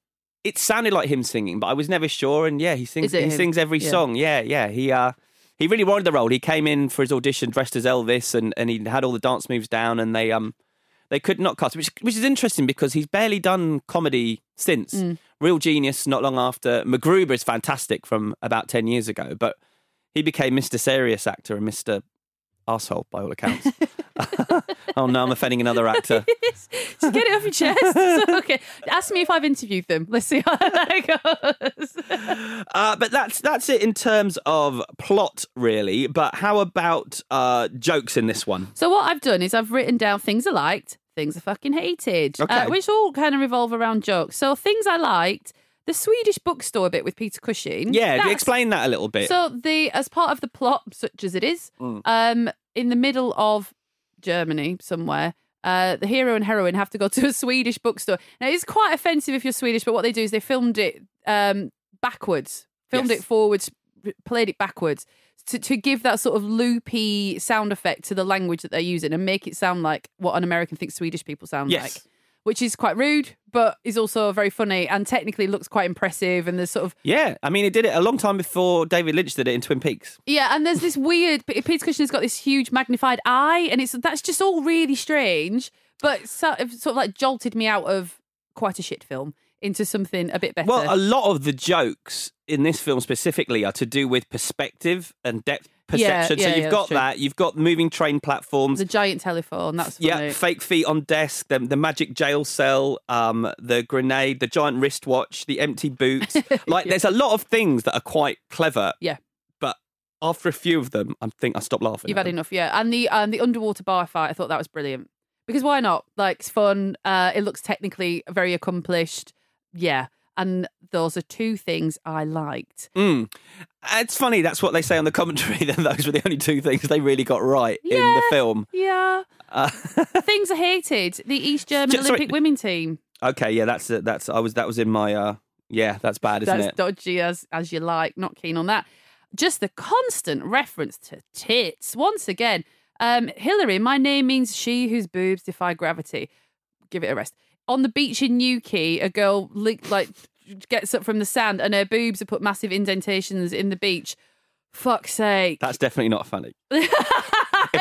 S1: it sounded like him singing, but I was never sure. And yeah, he sings.
S8: Is it
S1: He
S8: him?
S1: sings every
S8: Yeah.
S1: song. Yeah, yeah. He uh, he really wanted the role. He came in for his audition dressed as Elvis, and and he had all the dance moves down, and they um. They could not cast, him, which which is interesting because he's barely done comedy since.
S8: Mm.
S1: Real Genius, not long after. MacGruber is fantastic from about ten years ago, but he became Mr. Serious Actor and Mr. Asshole by all
S8: [LAUGHS]
S1: accounts. [LAUGHS] oh no, I'm offending another actor.
S8: Just get it off your chest.
S1: [LAUGHS]
S8: [LAUGHS] It's okay. Ask me if I've interviewed them. Let's see
S1: [LAUGHS]
S8: how that goes.
S1: Uh, but that's that's it in terms of plot, really. But how about uh, jokes in this one?
S8: So what I've done is I've written down things I liked, things I fucking hated,
S1: Okay.
S8: uh, which all kind of revolve around jokes. So things I liked, the Swedish bookstore bit with Peter Cushing.
S1: Yeah,
S8: That's-
S1: explain that a little bit.
S8: So the as part of the plot, such as it is,
S1: Mm.
S8: um, in the middle of Germany somewhere. Uh, the hero and heroine have to go to a Swedish bookstore. Now it's quite offensive if you're Swedish, but what they do is they filmed it um, backwards, filmed
S12: Yes.
S8: it forwards, r- played it backwards to, to give that sort of loopy sound effect to the language that they're using and make it sound like what an American thinks Swedish people sound
S1: Yes.
S8: like, which is quite rude, but is also very funny and technically looks quite impressive. And there's sort of
S1: yeah, I mean, it did it a long time before David Lynch did it in Twin Peaks.
S8: yeah, and there's this weird. P- Peter Cushing's got this huge magnified eye, and it's that's just all really strange. But sort of, sort of like jolted me out of quite a shit film into something a bit better.
S1: Well, a lot of the jokes in this film specifically are to do with perspective and depth
S8: Yeah,
S1: perception.
S8: yeah,
S1: so
S8: yeah,
S1: you've
S8: that's
S1: got
S8: true.
S1: that. You've got moving train platforms.
S8: the giant telephone. That's
S1: Yeah, fake feet on desk, the, the magic jail cell, um, the grenade, the giant wristwatch, the empty
S8: [LAUGHS]
S1: boots. Like, there's a lot of things that are quite clever.
S8: Yeah.
S1: But after a few of them, I think I stopped laughing.
S8: You've
S1: at
S8: had
S1: them.
S8: enough, yeah. And the um, the underwater bar fight, I thought that was brilliant because why not? Like it's fun. Uh, it looks technically very accomplished. Yeah, and those are two things I liked.
S1: Mm. It's funny. That's what they say on the commentary. [LAUGHS] That those were the only two things they really got right in the film.
S8: Yeah,
S1: Uh, [LAUGHS]
S8: things I hated: the East German
S1: Ju- sorry.
S8: Olympic women team.
S1: okay, yeah, that's uh, that's I was that was in my uh, yeah, that's bad, isn't
S8: That's
S1: it?
S8: dodgy as as you like. Not keen on that. Just the constant reference to tits once again. Um, Hillary, my name means she whose boobs defy gravity. Give it a rest. On the beach in Newquay, a girl le- like gets up from the sand and her boobs have put massive indentations in the beach. Fuck's sake!
S1: That's definitely not
S8: [LAUGHS]
S1: funny. if,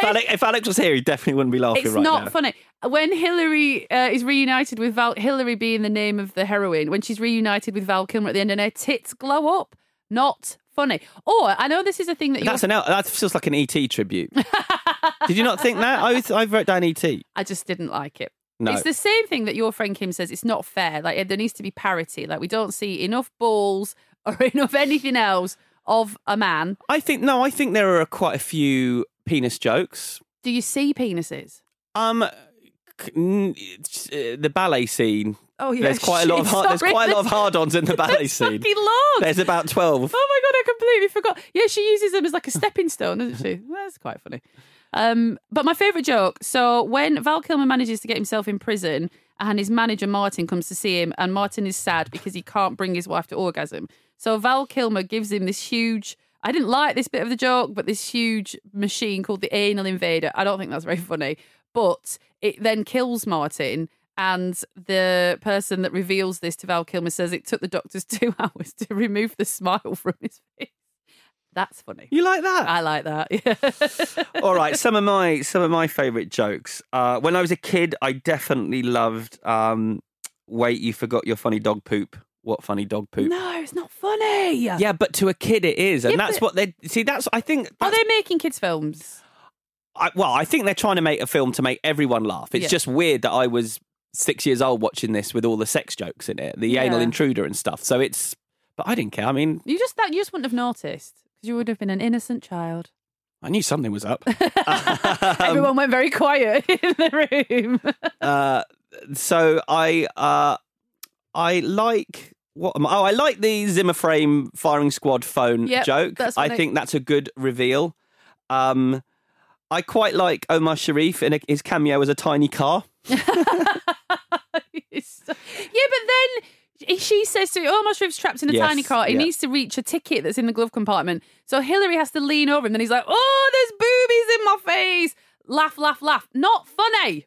S1: Alex, if Alex was here, he definitely wouldn't be laughing
S8: It's
S1: right
S8: not
S1: now.
S8: funny. When Hillary uh, is reunited with Val, Hillary being the name of the heroine, when she's reunited with Val Kilmer at the end and her tits glow up, not funny. Or I know this is a thing that you.
S1: That's an L- that's just like an ET
S8: [LAUGHS]
S1: tribute. Did you not think that? I was- I wrote down E ET.
S8: I just didn't like it.
S1: No.
S8: It's the same thing that your friend Kim says. It's not fair. Like there needs to be parity. Like we don't see enough balls [LAUGHS] or enough anything else of a man.
S1: I think no. I think there are quite a few penis jokes.
S8: Do you see penises?
S1: Um, c- n- it's, uh, the ballet scene.
S8: Oh, yeah,
S1: There's
S8: [LAUGHS]
S1: quite a lot of
S8: shit,
S1: hard, there's
S8: sorry.
S1: quite a lot of hard-ons
S8: [LAUGHS]
S1: in the ballet
S8: There's
S1: scene.
S8: fucking loads.
S1: There's about twelve.
S8: Oh my god, I completely forgot. Yeah, she uses them as like a stepping stone, doesn't she? That's quite funny. Um, but my favourite joke. So when Val Kilmer manages to get himself in prison, and his manager Martin comes to see him, and Martin is sad because he can't bring his wife to orgasm. So Val Kilmer gives him this huge. I didn't like this bit of the joke, but this huge machine called the anal invader. I don't think that's very funny, but it then kills Martin. And the person that reveals this to Val Kilmer says it took the doctors [LAUGHS] two hours to remove the smile from his face. That's funny.
S1: You like that?
S8: I like that. [LAUGHS] Yeah.
S1: [LAUGHS] All right, some of my some of my favourite jokes. Uh, when I was a kid, I definitely loved. Um, Wait, you forgot your funny dog poop. What funny dog poop?
S8: No, it's not funny.
S1: Yeah, but to a kid it is, and
S8: Yeah,
S1: that's what
S8: but-
S1: they see. That's I think.
S8: Are they making kids' films?
S1: I, well, I think they're trying to make a film to make everyone laugh. It's
S8: Yeah.
S1: just weird that I was six years old watching this with all the sex jokes in it, the anal
S8: Yeah.
S1: intruder and stuff. So it's, but I didn't care. I mean,
S8: You just that you just wouldn't have noticed because you would have been an innocent
S1: [LAUGHS]
S8: child.
S1: I knew something was
S8: [LAUGHS]
S1: up.
S8: Everyone went very quiet [LAUGHS] in the
S1: [LAUGHS]
S8: room.
S1: uh, so I, uh, I like. What am I? Oh, I like the Zimmer frame firing squad phone
S8: Yep,
S1: joke.
S8: that's
S1: I
S8: what I-
S1: think that's a good reveal. Um, I quite like Omar Sharif in a, his cameo as a tiny car.
S8: Yeah, but then she says to him, "Oh, my shrimp's trapped in a
S12: Yes,
S8: tiny cart. He
S12: yeah.
S8: needs to reach a ticket that's in the glove compartment." So Hillary has to lean over him. Then he's like, "Oh, there's boobies in my face." Laugh, laugh, laugh. Not funny.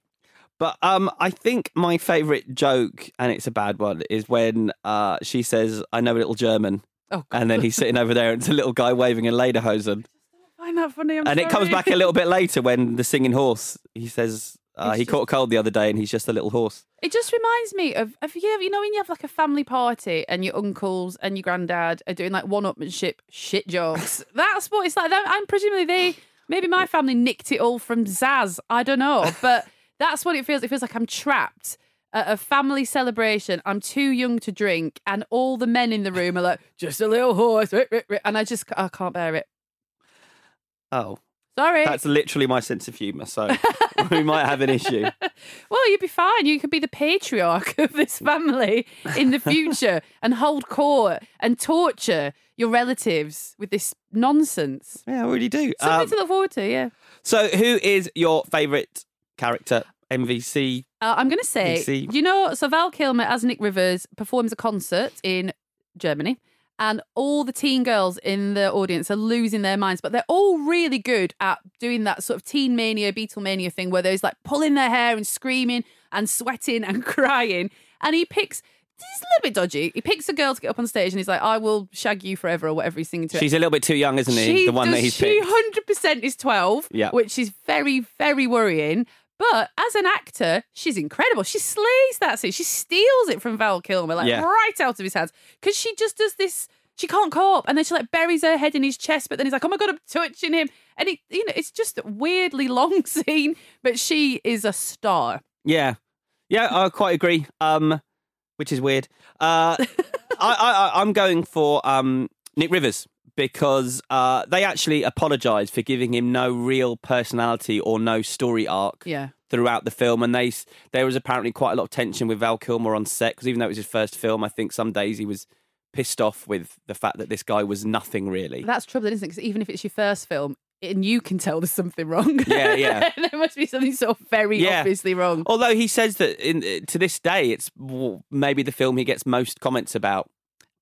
S1: But um, I think my favourite joke, and it's a bad one, is when uh, she says, "I know a little German,"
S8: Oh,
S1: and then he's sitting over there, and it's a little guy waving a lederhosen,
S8: I find that funny. [LAUGHS] I'm
S1: and it comes
S8: sorry.
S1: back a little bit later when the singing horse. He says uh,
S8: It's
S1: he caught cold the other day, and he's just a little horse.
S8: It just reminds me of have you ever- you know when you have like a family party and your uncles and your granddad are doing like one-upmanship shit [LAUGHS] jokes. That's what it's like. That- And presumably they maybe my family nicked it all from Zaz. I don't know, but [LAUGHS] that's what it feels. It feels like I'm trapped at a family celebration. I'm too young to drink, and all the men in the room are like [LAUGHS] just a little horse, rip, rip, rip," [LAUGHS] and I just I can't bear it.
S1: Oh,
S8: Sorry.
S1: that's literally my sense of humour.
S8: [LAUGHS]
S1: So we might have an issue.
S8: Well, you'd be fine. You could be the patriarch [LAUGHS] of this family in the future and hold court and torture your relatives with this nonsense.
S1: Yeah, I already do.
S8: Something
S1: Um,
S8: to look forward to, yeah.
S1: So who is your favourite character? MVC.
S8: Uh, I'm going to say,
S1: You see-
S8: you know, so Val Kilmer as Nick Rivers performs a concert in Germany, and all the teen girls in the audience are losing their minds, but they're all really good at doing that sort of teen mania, Beatlemania thing where there's like pulling their hair and screaming and sweating and [LAUGHS] crying. And he picks, this is a little bit dodgy. He picks a girl to get up on stage and he's like, I will shag you forever or whatever he's singing to.
S1: She's
S8: it.
S1: a little bit too young, isn't he?
S8: She
S1: the one that
S8: does-
S1: he's
S8: she
S1: picked.
S8: hundred percent is twelve,
S1: Yeah.
S8: which is very very worrying. But as an actor, she's incredible. She slays that scene. She steals it from Val Kilmer, like
S12: Yeah.
S8: right out of his hands, because she just does this. She can't cope, and then she like buries her head in his chest. But then he's like, "Oh my god, I'm touching him," and it you know it's just a weirdly long [LAUGHS] scene. But she is a star.
S1: Yeah, yeah, I quite agree. Um, which is weird. Uh, I, I, I- I'm going for um Nick Rivers because uh, they actually apologise for giving him no real personality or no story arc.
S8: Yeah.
S1: Throughout the film, and they s- there was apparently quite a lot of tension with Val Kilmer on set because even though it was his first film, I think some days he was pissed off with the fact that this guy was nothing really.
S8: That's troubling, isn't it? Because even if it's your first film and you can tell there's something wrong, [LAUGHS]
S1: Yeah, yeah. Oh.
S8: there must be something so very obviously wrong.
S1: Although he says that in, uh, to this day, it's w- maybe the film he gets most comments about.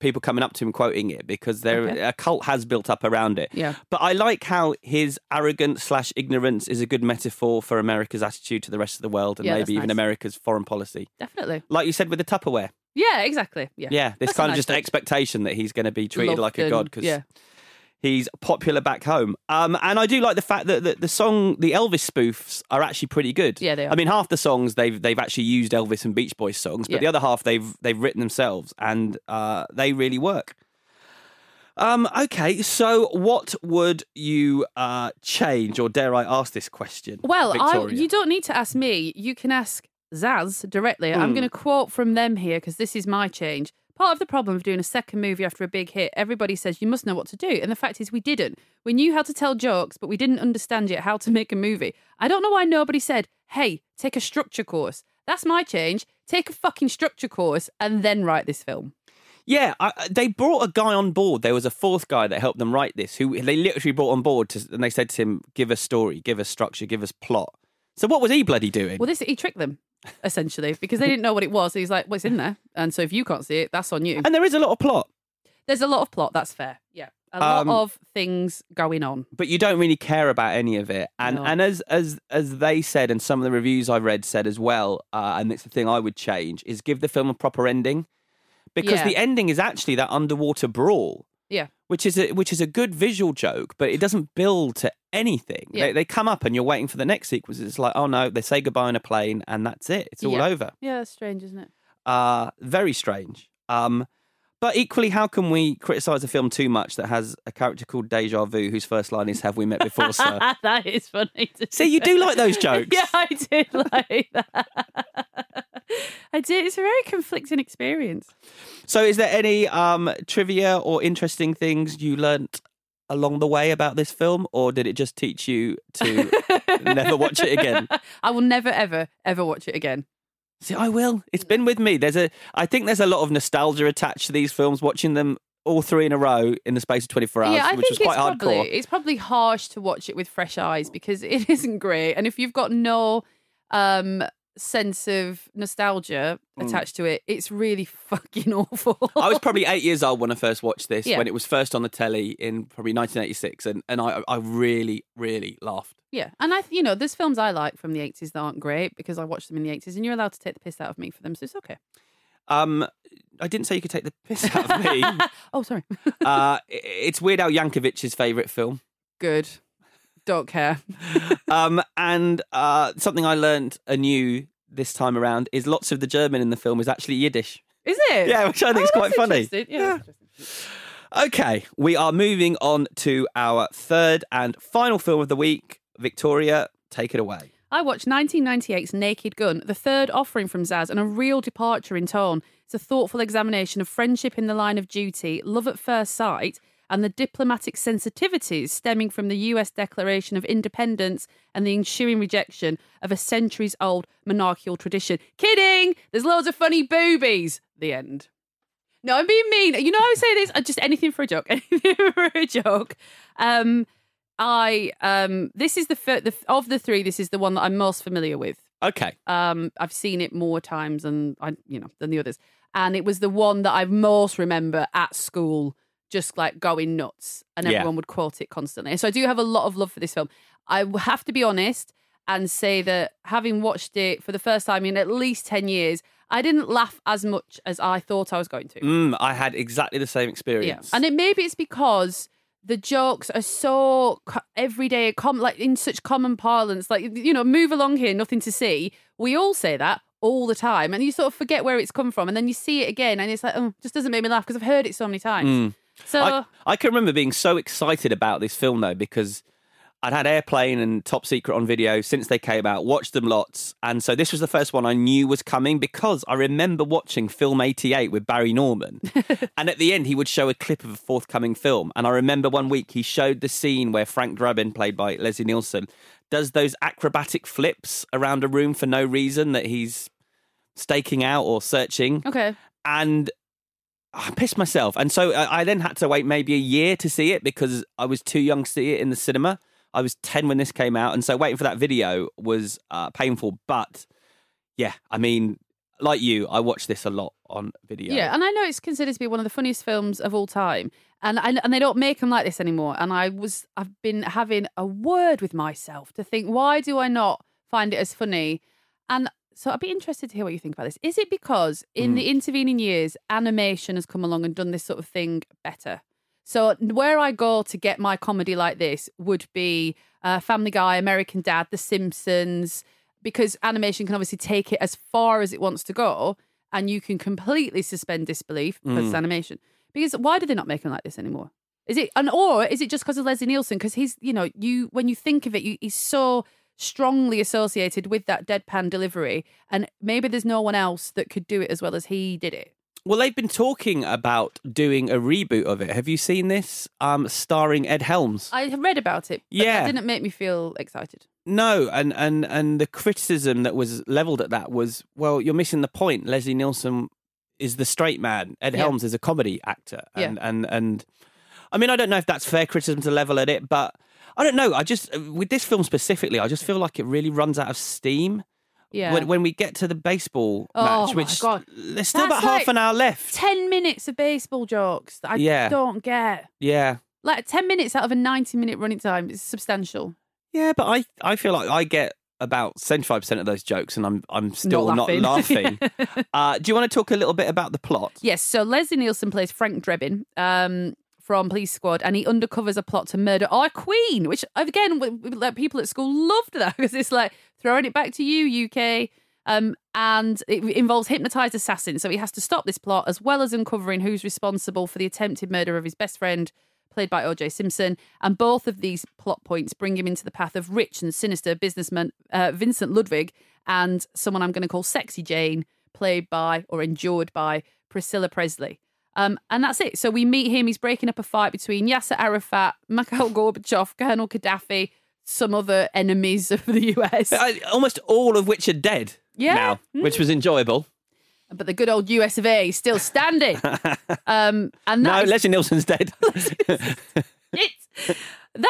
S1: People coming up to him quoting it because there
S8: Okay.
S1: a cult has built up around it.
S8: Yeah.
S1: But I like how his arrogance slash ignorance is a good metaphor for America's attitude to the rest of the world and
S8: Yeah, that's
S1: maybe even
S8: nice.
S1: America's foreign policy.
S8: Definitely.
S1: Like you said with the Tupperware.
S8: Yeah, exactly. Yeah.
S1: Yeah, this
S8: That's a
S1: kind of
S8: nice
S1: just
S8: touch.
S1: expectation that he's going to be treated
S8: Loved
S1: like a
S8: and-
S1: god because
S8: yeah.
S1: he's popular back home. Um, and I do like the fact that the, the song, the Elvis spoofs, are actually pretty good.
S8: Yeah, they are.
S1: I mean, half the songs they've they've actually used Elvis and Beach Boys songs, but
S8: Yeah.
S1: the other half they've they've written themselves, and uh, they really work. Um, okay, so what would you uh, change, or dare I ask this question?
S8: Well, I,
S1: Victoria?
S8: you don't need to ask me. You can ask Zaz directly. I'm
S1: Hmm.
S8: going to quote from them here because this is my change. Part of the problem of doing a second movie after a big hit, everybody says you must know what to do. And the fact is, we didn't. We knew how to tell jokes, but we didn't understand yet how to make a movie. I don't know why nobody said, hey, take a structure course. That's my change. Take a fucking structure course and then write this film.
S1: Yeah, I, I- they brought a guy on board. There was a fourth guy that helped them write this, who they literally brought on board, to, and they said to him, "Give us story, give us structure, give us plot." So what was he bloody doing?
S8: Well, this he tricked them essentially because they didn't know what it was. He's like, "What's in there?" And so if you can't see it, that's on you.
S1: and there is a lot of plot,
S8: There's a lot of plot. That's fair. Yeah, a lot
S1: Um,
S8: of things going on.
S1: but you don't really care about any of it. And
S8: No.
S1: and as as as they said, and some of the reviews I read said as well, uh, and it's the thing I would change is give the film a proper ending, because
S8: Yeah.
S1: the ending is actually that underwater brawl.
S8: Yeah,
S1: which is a which is a good visual joke, but it doesn't build to anything.
S8: Yeah.
S1: They, they come up and you're waiting for the next sequence. It's like, oh no, they say goodbye in a plane and that's it. It's all
S8: Yeah.
S1: over.
S8: Yeah, that's strange, isn't it?
S1: Uh, very strange. Um, but equally, how can we criticize a film too much that has a character called Deja Vu whose first line is "Have we met before, sir?"
S8: [LAUGHS] that is funny. to
S1: See, you do like
S8: [LAUGHS]
S1: those jokes.
S8: yeah, I do like that. [LAUGHS] I do. It's a very conflicting experience.
S1: So, is there any um, trivia or interesting things you learnt along the way about this film, or did it just teach you to never watch it
S8: [LAUGHS]
S1: again?
S8: I will never, ever, ever watch it again.
S1: See, I will. It's been with me. There's a. I think there's a lot of nostalgia attached to these films. Watching them all three in a row in the space of 24 hours,
S8: yeah, I
S1: which
S8: think
S1: was quite
S8: it's
S1: hardcore.
S8: probably it's probably [LAUGHS] harsh to watch it with fresh eyes because it isn't great. And if you've got no um sense of nostalgia attached to it, it's really [LAUGHS] fucking awful.
S1: Hmm. I was
S8: [LAUGHS]
S1: probably eight years old when I first watched this,
S8: Yeah.
S1: when it was first on the telly in probably 1986, and, and I, I really, really laughed.
S8: Yeah, and I, you know, there's films I like from the 80s that aren't great because I watched them in the 80s, and you're allowed to take the piss out of me for them, so it's okay.
S1: Um, I didn't say you could take the piss out of
S8: [LAUGHS]
S1: me.
S8: Oh, sorry.
S1: uh, it- it's Weird Al Yankovic's favourite film.
S8: Good. Don't care.
S1: um, and uh, something I learned anew this time around is lots of the German in the film is actually Yiddish.
S8: Is it?
S1: Yeah, which I think is
S8: Oh,
S1: quite
S8: that's
S1: funny.
S8: interesting. Yeah.
S1: Okay, we are moving on to our third and final film of the week. Victoria, take it away.
S8: I watched 1998's Naked Gun, the third offering from Zaz, and a real departure in tone. It's a thoughtful examination of friendship in the line of duty, love at first sight, and the diplomatic sensitivities stemming from the US Declaration of Independence and the ensuing rejection of a centuries old monarchical tradition. Kidding! There's loads of funny boobies. The end. No, I'm being mean. You know, I would say this uh, just anything for a joke, [LAUGHS] anything for a joke. Um, I um, this is the, fir- the of the three. This is the one that I'm most familiar with.
S1: Okay.
S8: Um, I've seen it more times than I, you know, than the others, and it was the one that I most remember at school, just like going nuts, and
S12: Yeah.
S8: everyone would quote it constantly. So I do have a lot of love for this film. I have to be honest and say that having watched it for the first time in at least ten years, I didn't laugh as much as I thought I was going to.
S1: Mm, I had exactly the same experience.
S8: Yeah, and it maybe it's because the jokes are so co- everyday, com- like in such common parlance. Like you know, move along here, nothing to see. We all say that all the time, and you sort of forget where it's come from, and then you see it again, and it's like, oh, just doesn't make me laugh because I've heard it so many times.
S1: Mm.
S8: So
S1: I, I can remember being so excited about this film though because I'd had Airplane and Top Secret on video since they came out, watched them lots, and so this was the first one I knew was coming because I remember watching Film 88 with Barry Norman, and at the end he would show a clip of a forthcoming film, and I remember one week he showed the scene where Frank Drabin, played by Leslie Nielsen, does those acrobatic flips around a room for no reason that he's staking out or searching
S8: [LAUGHS] okay,
S1: and I pissed myself. And so I, I then had to wait maybe a year to see it because I was too young to see it in the cinema. I was 10 when this came out. And so waiting for that video was uh, painful. But yeah, I mean, like you, I watched this a lot on video.
S8: Yeah, and I know it's considered to be one of the funniest films of all time, and and, and they don't make them like this anymore. And I was I've been having a word with myself to think why do I not find it as funny? And so I'd be interested to hear what you think about this. Is it because in the intervening years animation has come along and done this sort of thing better? So where I go to get my comedy like this would be uh, Family Guy, American Dad, The Simpsons, because animation can obviously take it as far as it wants to go, and you can completely suspend disbelief because it's
S13: Mm.
S8: animation. Because why do they not make them like this anymore? Is it and or is it just because of Leslie Nielsen? Because he's you know you when you think of it, you, he's so strongly associated with that deadpan delivery, and maybe there's no one else that could do it as well as he did it.
S1: Well, they've been talking about doing a reboot of it. Have you seen this? Um, starring Ed Helms.
S8: I have read about it. but
S1: Yeah.
S8: it didn't make me feel excited.
S1: No, and, and and the criticism that was levelled at that was, well, you're missing the point. Leslie Nielsen is the straight man. Ed
S8: Yeah.
S1: Helms is a comedy actor,
S8: Yeah.
S1: and and and I mean, I don't know if that's fair criticism to level at it, but I don't know. I just with this film specifically, I just feel like it really runs out of steam.
S8: Yeah.
S1: When, when we get to the baseball
S8: Oh,
S1: match,
S8: my
S1: which
S8: God.
S1: there's still
S8: That's
S1: about half
S8: like
S1: an hour left.
S8: Ten minutes of baseball jokes that I
S1: Yeah.
S8: don't get.
S1: Yeah.
S8: Like ten minutes out of a ninety-minute running time is substantial.
S1: Yeah, but I I feel like I get about seventy five percent of those jokes, and I'm I'm still not
S8: laughing. [LAUGHS]
S1: laughing. uh, do you want to talk a little bit about the plot?
S8: Yes, so Leslie Nielsen plays Frank Drebin um, from Police Squad, and he undercovers a plot to murder our queen, which again, w- w- like people at school loved that [LAUGHS] because it's like throwing it back to you, UK. Um, and it involves hypnotized assassins, so he has to stop this plot as well as uncovering who's responsible for the attempted murder of his best friend, played by O.J. Simpson. And both of these plot points bring him into the path of rich and sinister businessman uh, Vincent Ludwig and someone I'm going to call Sexy Jane, played by or endured by Priscilla Presley. Um, and that's it. So we meet him. He's breaking up a fight between Yasser Arafat, [LAUGHS] Mikhail Gorbachev, Colonel Gaddafi, some other enemies of the [LAUGHS] US.
S1: But I, almost all of which are dead
S8: Yeah. Mm.
S1: now, which was enjoyable.
S8: But the good old US of A is
S1: [LAUGHS]
S8: still standing. um, and
S1: no,
S8: that is-
S1: Leslie Nielsen's dead. [LAUGHS]
S8: that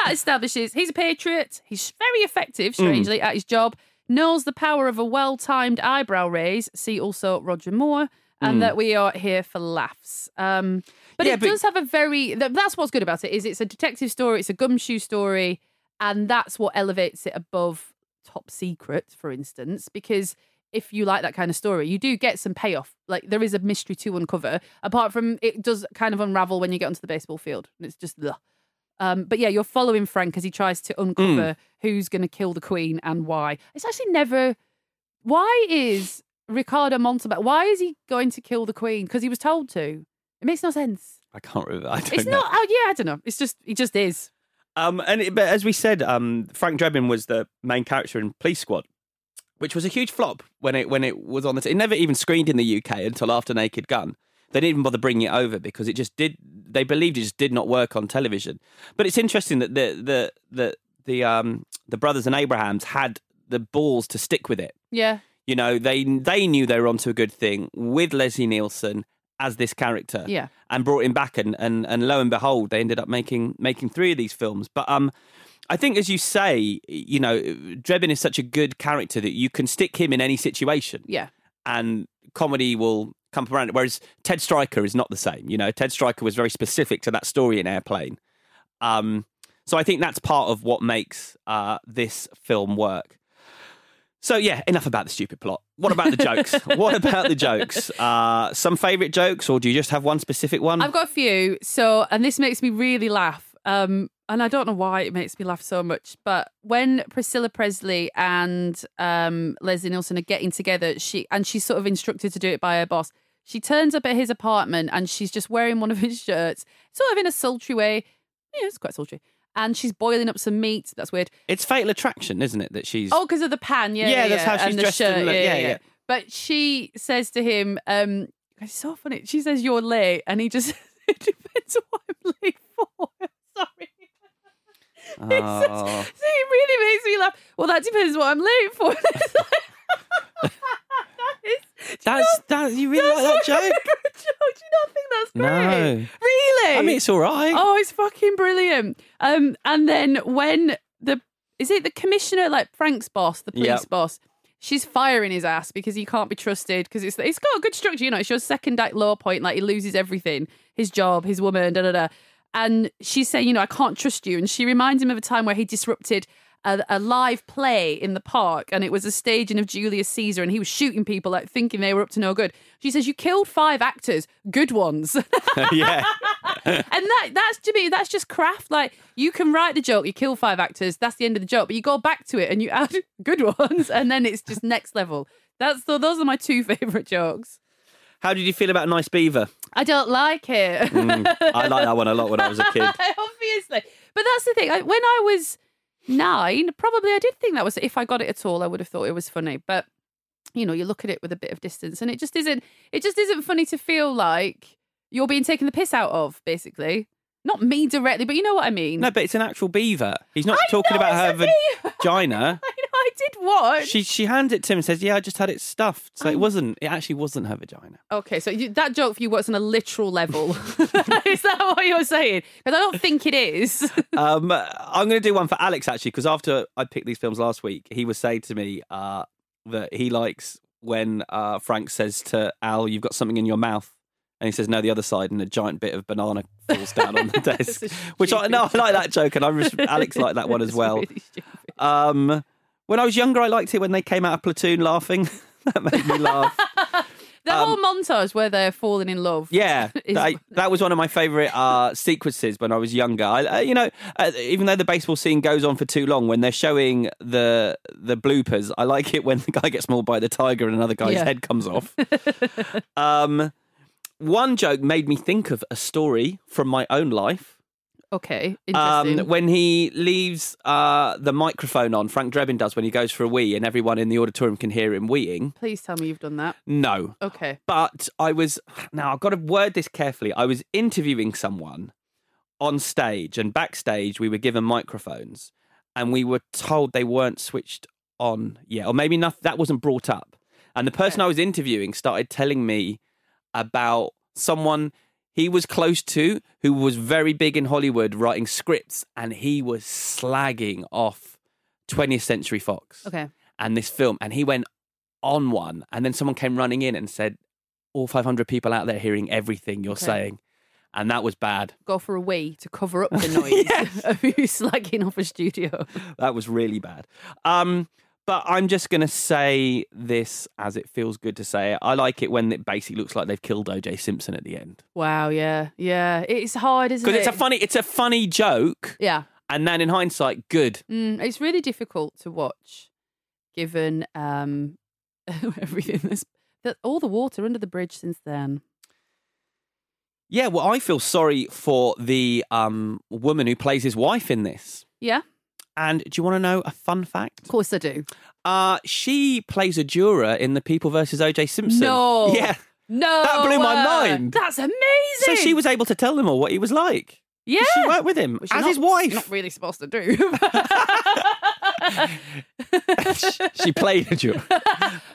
S8: establishes he's a patriot. He's very effective, strangely, at his job. knows the power of a well timed eyebrow raise, see also Roger Moore, and
S1: Mm.
S8: that we are here for laughs. Um, but
S1: Yeah,
S8: it
S1: but-
S8: does have a very, th- that's what's good about it, is it's a detective story, it's a gumshoe story, and that's what elevates it above Top Secret, for instance, because if you like that kind of story, you do get some payoff. Like there is a mystery to uncover, apart from it does kind of unravel when you get onto the baseball field, and it's just the. Um, but yeah, you're following Frank as he tries to uncover
S1: Mm.
S8: who's going to kill the Queen and why. It's actually never. Why is Ricardo Montalban? Why is he going to kill the Queen? Because he was told to. It makes
S1: [LAUGHS]
S8: no sense.
S1: I can't remember. I don't
S8: It's
S1: know.
S8: not. Oh yeah, I don't know. It's just. It just is.
S1: Um, and it, but as we said, um, Frank Drebin was the main character in Police Squad, which was a huge flop when it when it was on the. T- it never even screened in the UK until after Naked Gun. They didn't even bother bringing it over because it just did. They believed it just did not work on television. But it's interesting that the the the the um the brothers and Abrahams had the balls to stick with it.
S8: Yeah.
S1: You know, they they knew they were onto a good thing with Leslie Nielsen as this character.
S8: Yeah.
S1: And brought him back and, and and lo and behold, they ended up making making three of these films. But um I think as you say, you know, Drebin is such a good character that you can stick him in any situation
S8: Yeah.
S1: and comedy will come around. it. Whereas Ted Stryker is not the same. You know, Ted Stryker was very specific to that story in Airplane. Um, so I think that's part of what makes uh, this film work. So yeah, enough about the stupid plot. What about the jokes? what about the jokes? Uh, some favourite jokes, or do you just have one specific one?
S8: I've got a few. So, and this makes me really laugh. Um, and I don't know why it makes me laugh so much, but when Priscilla Presley and um, Leslie Nielsen are getting together, she and she's sort of instructed to do it by her boss. She turns up at his apartment and she's just wearing one of his shirts, sort of in a sultry way. Yeah, it's quite sultry. And she's boiling up some meat. That's weird.
S1: It's Fatal Attraction, isn't it? That she's [LAUGHS]
S8: Oh, [LAUGHS] because of the pan, yeah.
S1: Yeah, that's how she's
S8: and the
S1: dressed
S8: Shirt,
S1: and look-
S8: yeah, yeah,
S1: yeah,
S8: yeah.
S1: yeah.
S8: But she says to him, um, "It's so funny." She says, "You're late," and he just [LAUGHS] it depends on what I'm late for. [LAUGHS] Sorry, [LAUGHS]
S1: Oh.
S8: See, it really makes me laugh. Well, that depends what I'm late for. [LAUGHS] It's like-
S1: that's that. You really like
S8: that's
S1: that
S8: a
S1: joke?
S8: [LAUGHS] good joke. Do you not think that's great?
S1: No.
S8: Really?
S1: I mean, it's all right.
S8: Oh, it's fucking brilliant. Um, and then when the is it the commissioner, like Frank's boss, the police
S1: Yep.
S8: boss, she's firing his ass because he can't be trusted because it's it's got a good structure. You know, it's your second act law point. Like he loses everything, his job, his woman, da da da. And she's saying, you know, I can't trust you. And she reminds him of a time where he disrupted. A, a live play in the park, and it was a staging of Julius Caesar, and he was shooting people like thinking they were up to no good. She says, "You killed five actors, good ones." [LAUGHS]
S1: [LAUGHS] yeah.
S8: and that that's to me that's just craft like you can write the joke you kill five actors that's the end of the joke but you go back to it and you add [LAUGHS] good ones and then it's just next level that's so those are my two [LAUGHS] favorite jokes
S1: How did you feel about Nice Beaver?
S8: i don't like it
S1: Mm, I
S8: [LAUGHS]
S1: liked that one a lot when I was a kid.
S8: obviously but that's the thing I- when i was nine probably i did think that was if i got it at all i would have thought it was funny but you know you look at it with a bit of distance and it just isn't it just isn't funny to feel like you're being taken the piss out of basically not me directly but you know what i mean
S1: No, but it's an actual beaver. He's not talking about her vagina.
S8: [LAUGHS] I know, I did watch.
S1: She she hands it to him and says, "Yeah, I just had it stuffed." So it wasn't. It actually wasn't her vagina.
S8: Okay, so you, that joke for you works on a literal level. [LAUGHS] is that what you're saying? Because I don't think it is.
S1: Um, I'm going to do one for Alex actually because after I picked these films last week, he was saying to me uh, that he likes when uh, Frank says to Al, "You've got something in your mouth." And he says, no, the other side, and a giant bit of banana falls down on the desk. Which I no, I like that joke, and I
S8: [LAUGHS]
S1: res- Alex liked that one as well. Um, when I was younger, I liked it when they came out of platoon laughing. [LAUGHS] that made me laugh.
S8: The whole montage where they're falling in love.
S1: Um, Yeah,
S8: [LAUGHS] Is-
S1: that, that was one of my favourite uh, sequences when I was younger. I, uh, you know, uh, even though the baseball scene goes on for too long, when they're showing the the bloopers, I like it when the guy gets mauled by the tiger and another guy's
S8: Yeah.
S1: head comes
S8: [LAUGHS]
S1: off. um, one joke made me think of a story from my own life.
S8: Okay,
S1: Um,
S8: interesting.
S1: when he leaves uh, the microphone on, Frank Drebin does when he goes for a wee, and everyone in the auditorium can hear him weeing.
S8: Please tell me you've done that.
S1: No.
S8: Okay.
S1: But I was now I've got to word this carefully. I was interviewing someone on stage and backstage we were given microphones and we were told they weren't switched on yet or maybe not that wasn't brought up. And the person I was interviewing started telling me about someone he was close to who was very big in Hollywood writing scripts and he was slagging off 20th Century Fox
S8: Okay.
S1: and this film, and he went on one, and then someone came running in and said, "All 500 people out there hearing everything you're
S8: Okay.
S1: saying," and that was bad.
S8: Go for a wee to cover up
S1: [LAUGHS]
S8: the noise [LAUGHS] of you slagging off a studio.
S1: that was really bad. Um, but I'm just going to say this as it feels good to say it. I like it when it basically looks like they've killed OJ Simpson at the end
S8: Wow, yeah, yeah. It's hard, isn't it?
S1: because it's a funny, it's a funny joke,
S8: Yeah.
S1: and then in hindsight, good.
S8: Mm, it's really difficult to watch, given um, [LAUGHS] everything that's that all the water under the bridge since then.
S1: Yeah, well, I feel sorry for the um, woman who plays his wife in this.
S8: Yeah,
S1: And do you want to know a fun fact?
S8: of course I do.
S1: Uh, she plays a juror in the People versus OJ Simpson.
S8: No,
S1: yeah,
S8: no,
S1: That blew my
S8: uh,
S1: mind.
S8: That's amazing.
S1: so she was able to tell them all what he was like.
S8: yeah,
S1: She worked with him
S8: Which you're
S1: as
S8: not-
S1: his wife. [LAUGHS]
S8: Not really supposed to do. [LAUGHS]
S1: she played a
S8: [LAUGHS]
S1: juror.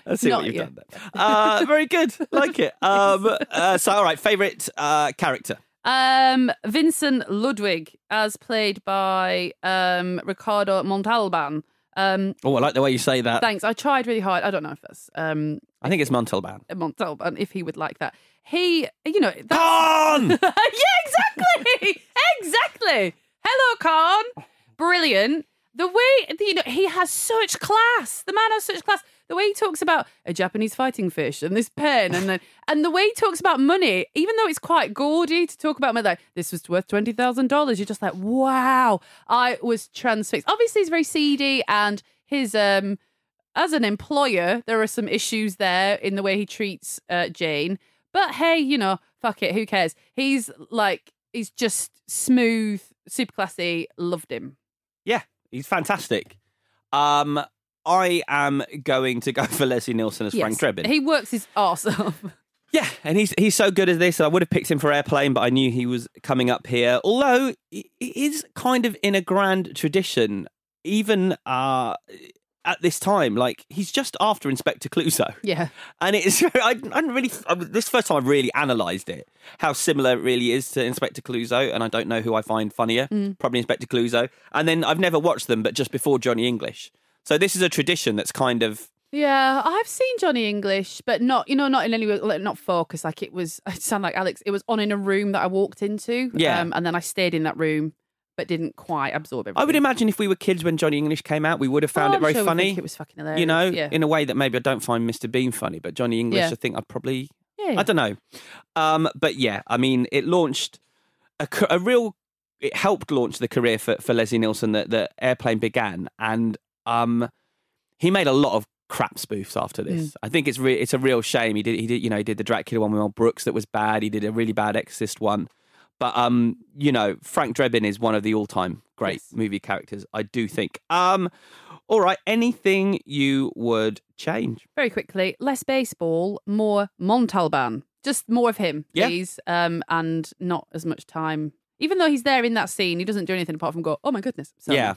S1: Let's see
S8: Not
S1: what you've
S8: yet.
S1: done there. Uh, very good. Like
S8: [LAUGHS]
S1: it. Um, uh, so, all right, favourite uh, character.
S8: Um, Vincent Ludwig, as played by um, Ricardo Montalban. Um,
S1: Oh, I like the way you say that.
S8: thanks. I tried really hard. I don't know if that's um,
S1: I think it's Montalban.
S8: Montalban, if he would like that. He, you know, that's... [LAUGHS]
S1: Khan!
S8: yeah, exactly, exactly. Hello, Khan. Brilliant. The way you know he has such class. The man has such class. The way he talks about a Japanese fighting fish and this pen, and then and the way he talks about money, even though it's quite gaudy to talk about money, like this was worth twenty thousand dollars. You're just like, wow. I was transfixed. Obviously, he's very seedy, and his um as an employer, there are some issues there in the way he treats uh, Jane. But hey, you know, fuck it, who cares? He's like, he's just smooth, super classy. Loved him.
S1: Yeah, he's fantastic. Um, I am going to go for Leslie Nielsen as
S8: Yes.
S1: Frank Drebin.
S8: He works his arse [LAUGHS] off.
S1: Yeah, and he's he's so good at this. I would have picked him for airplane, but I knew he was coming up here. Although he he is kind of in a grand tradition, even uh, at this time. Like he's just after Inspector Clouseau,
S8: yeah.
S1: and it's [LAUGHS] I, I didn't really I, this first time I really analysed it how similar it really is to Inspector Clouseau, and I don't know who I find funnier.
S8: Mm.
S1: Probably Inspector Clouseau, and then I've never watched them, but just before Johnny English. So this is a tradition that's kind of
S8: Yeah, I've seen Johnny English, but not, you know, not in any way, like, not focused. Like it was, [LAUGHS] I sound like Alex. It was on in a room that I walked into. um,
S1: Yeah.
S8: and then I stayed in that room, but didn't quite absorb everything.
S1: I would imagine if we were kids when Johnny English came out, we would have found
S8: Oh,
S1: it
S8: I'm
S1: very
S8: sure we
S1: funny.
S8: think it was fucking hilarious,
S1: You know,
S8: yeah.
S1: in a way that maybe I don't find Mr. Bean funny, but Johnny English,
S8: Yeah.
S1: I think I'd probably.
S8: Yeah.
S1: I don't know. Um, but yeah, I mean, it launched a, ca- a real. It helped launch the career for, for Leslie Nielsen that the airplane began. And um, he made a lot of crap spoofs after this.
S8: Mm.
S1: I think it's re- it's a real shame. He did he did you know he did the Dracula one with Mel Brooks that was bad. He did a really bad Exorcist one. But um, you know, Frank Drebin is one of the all-time great movie characters, I do think. Um, all right, anything you would change?
S8: very quickly less baseball more montalban just more of him
S1: Yeah.
S8: please um and not as much time even though he's there in that scene he doesn't do anything apart from go oh my goodness so,
S1: Yeah,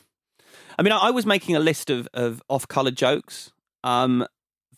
S1: I mean, I, I was making a list of of off-color jokes um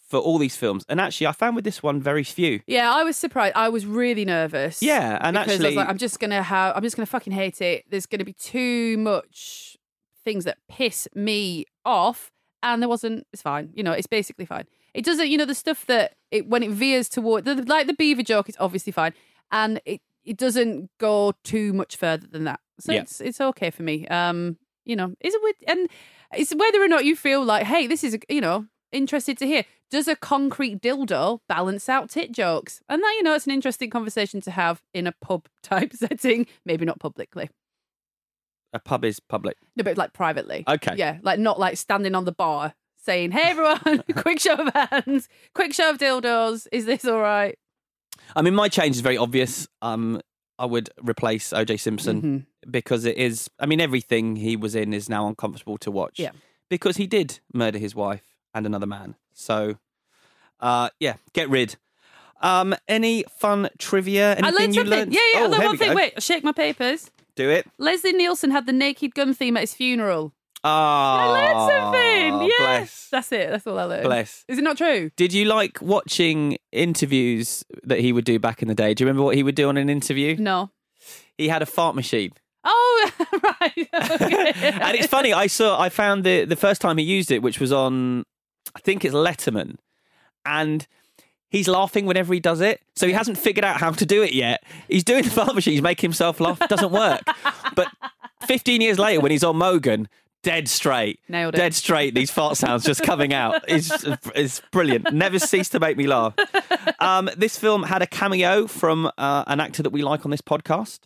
S1: for all these films, and actually, I found with this one very few.
S8: yeah i was surprised i was really nervous
S1: Yeah, and
S8: because I was
S1: actually-
S8: like, i'm just gonna have i'm just gonna fucking hate it there's gonna be too much things that piss me off and there wasn't it's fine you know it's basically fine it doesn't you know the stuff that it when it veers toward the, like the beaver joke it's obviously fine and it it doesn't go too much further than that so
S1: Yeah.
S8: it's it's okay for me um you know is it with and it's whether or not you feel like hey this is you know interested to hear does a concrete dildo balance out tit jokes and that you know it's an interesting conversation to have in a pub type [LAUGHS] setting maybe not publicly
S1: A pub is public.
S8: no, but like privately.
S1: Okay.
S8: Yeah, like not like standing on the bar saying, "Hey
S1: [LAUGHS]
S8: everyone, quick show of hands, quick show of dildos. Is this all right?"
S1: I mean, my change is very obvious. Um, I would replace OJ Simpson
S8: Mm-hmm.
S1: because it is. I mean, everything he was in is now uncomfortable to watch.
S8: Yeah.
S1: because he did murder his wife and another man. So, uh, yeah, get rid. Um, any fun trivia? Anything
S8: I learned
S1: you
S8: something.
S1: learned?
S8: Yeah, yeah.
S1: Oh,
S8: although
S1: here
S8: one
S1: we
S8: thing.
S1: go.
S8: Wait, I'll shake my papers.
S1: do it.
S8: Leslie Nielsen had the naked gun theme at his funeral.
S1: Ah,
S8: I learned something. Yes,
S1: bless.
S8: that's it. That's all I learned.
S1: Bless.
S8: Is it not true?
S1: Did you like watching interviews that he would do back in the day? Do you remember what he would do on an interview?
S8: No.
S1: He had a fart machine.
S8: Oh, [LAUGHS] right. Okay.
S1: [LAUGHS] and it's funny. I saw. I found the the first time he used it, which was on I think it's Letterman, and he's laughing whenever he does it. So he hasn't figured out how to do it yet. He's doing the fart machine, he's making himself laugh. Doesn't work. but 15 years later, when he's on Mogan, dead straight,
S8: Nailed it.
S1: dead straight, these fart sounds just coming out. It's, it's brilliant. Never ceased to make me laugh. Um, this film had a cameo from uh, an actor that we like on this podcast,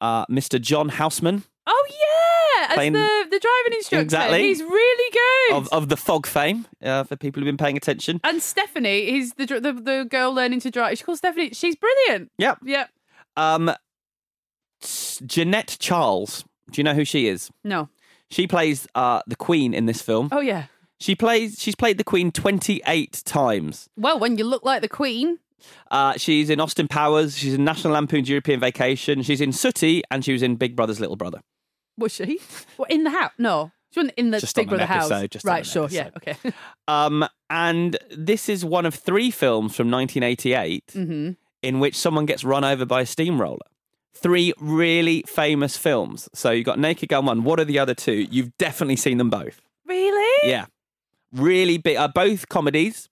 S1: uh, Mr. John Houseman.
S8: Oh yeah, as
S1: Plain-
S8: the, the driving instructor.
S1: Exactly.
S8: He's really good.
S1: Of, of the fog fame, uh, for people who've been paying attention.
S8: and Stephanie, he's the, dr- the the girl learning to drive. She's called Stephanie. She's brilliant.
S1: Yep.
S8: Yep.
S1: Um, S- Jeanette Charles. Do you know who she is?
S8: No.
S1: She plays uh, the Queen in this film.
S8: Oh yeah.
S1: She plays. She's played the Queen twenty eight times.
S8: Well, when you look like the Queen,
S1: Uh, she's in Austin Powers. She's in National Lampoon's European Vacation. She's in Sooty, and she was in Big Brother's Little Brother.
S8: was she? Well, in the house? No, she wasn't in the
S1: Just
S8: Big
S1: on an
S8: Brother house.
S1: episode, just on
S8: right.
S1: an
S8: sure. Yeah. Okay. [LAUGHS]
S1: Um, and this is one of three films from nineteen eighty eight
S8: mm-hmm.
S1: in which someone gets run over by a steamroller. Three really famous films. So you have got Naked Gun one. What are the other two? You've definitely seen them both.
S8: Really?
S1: Yeah. Really big. Uh, both comedies.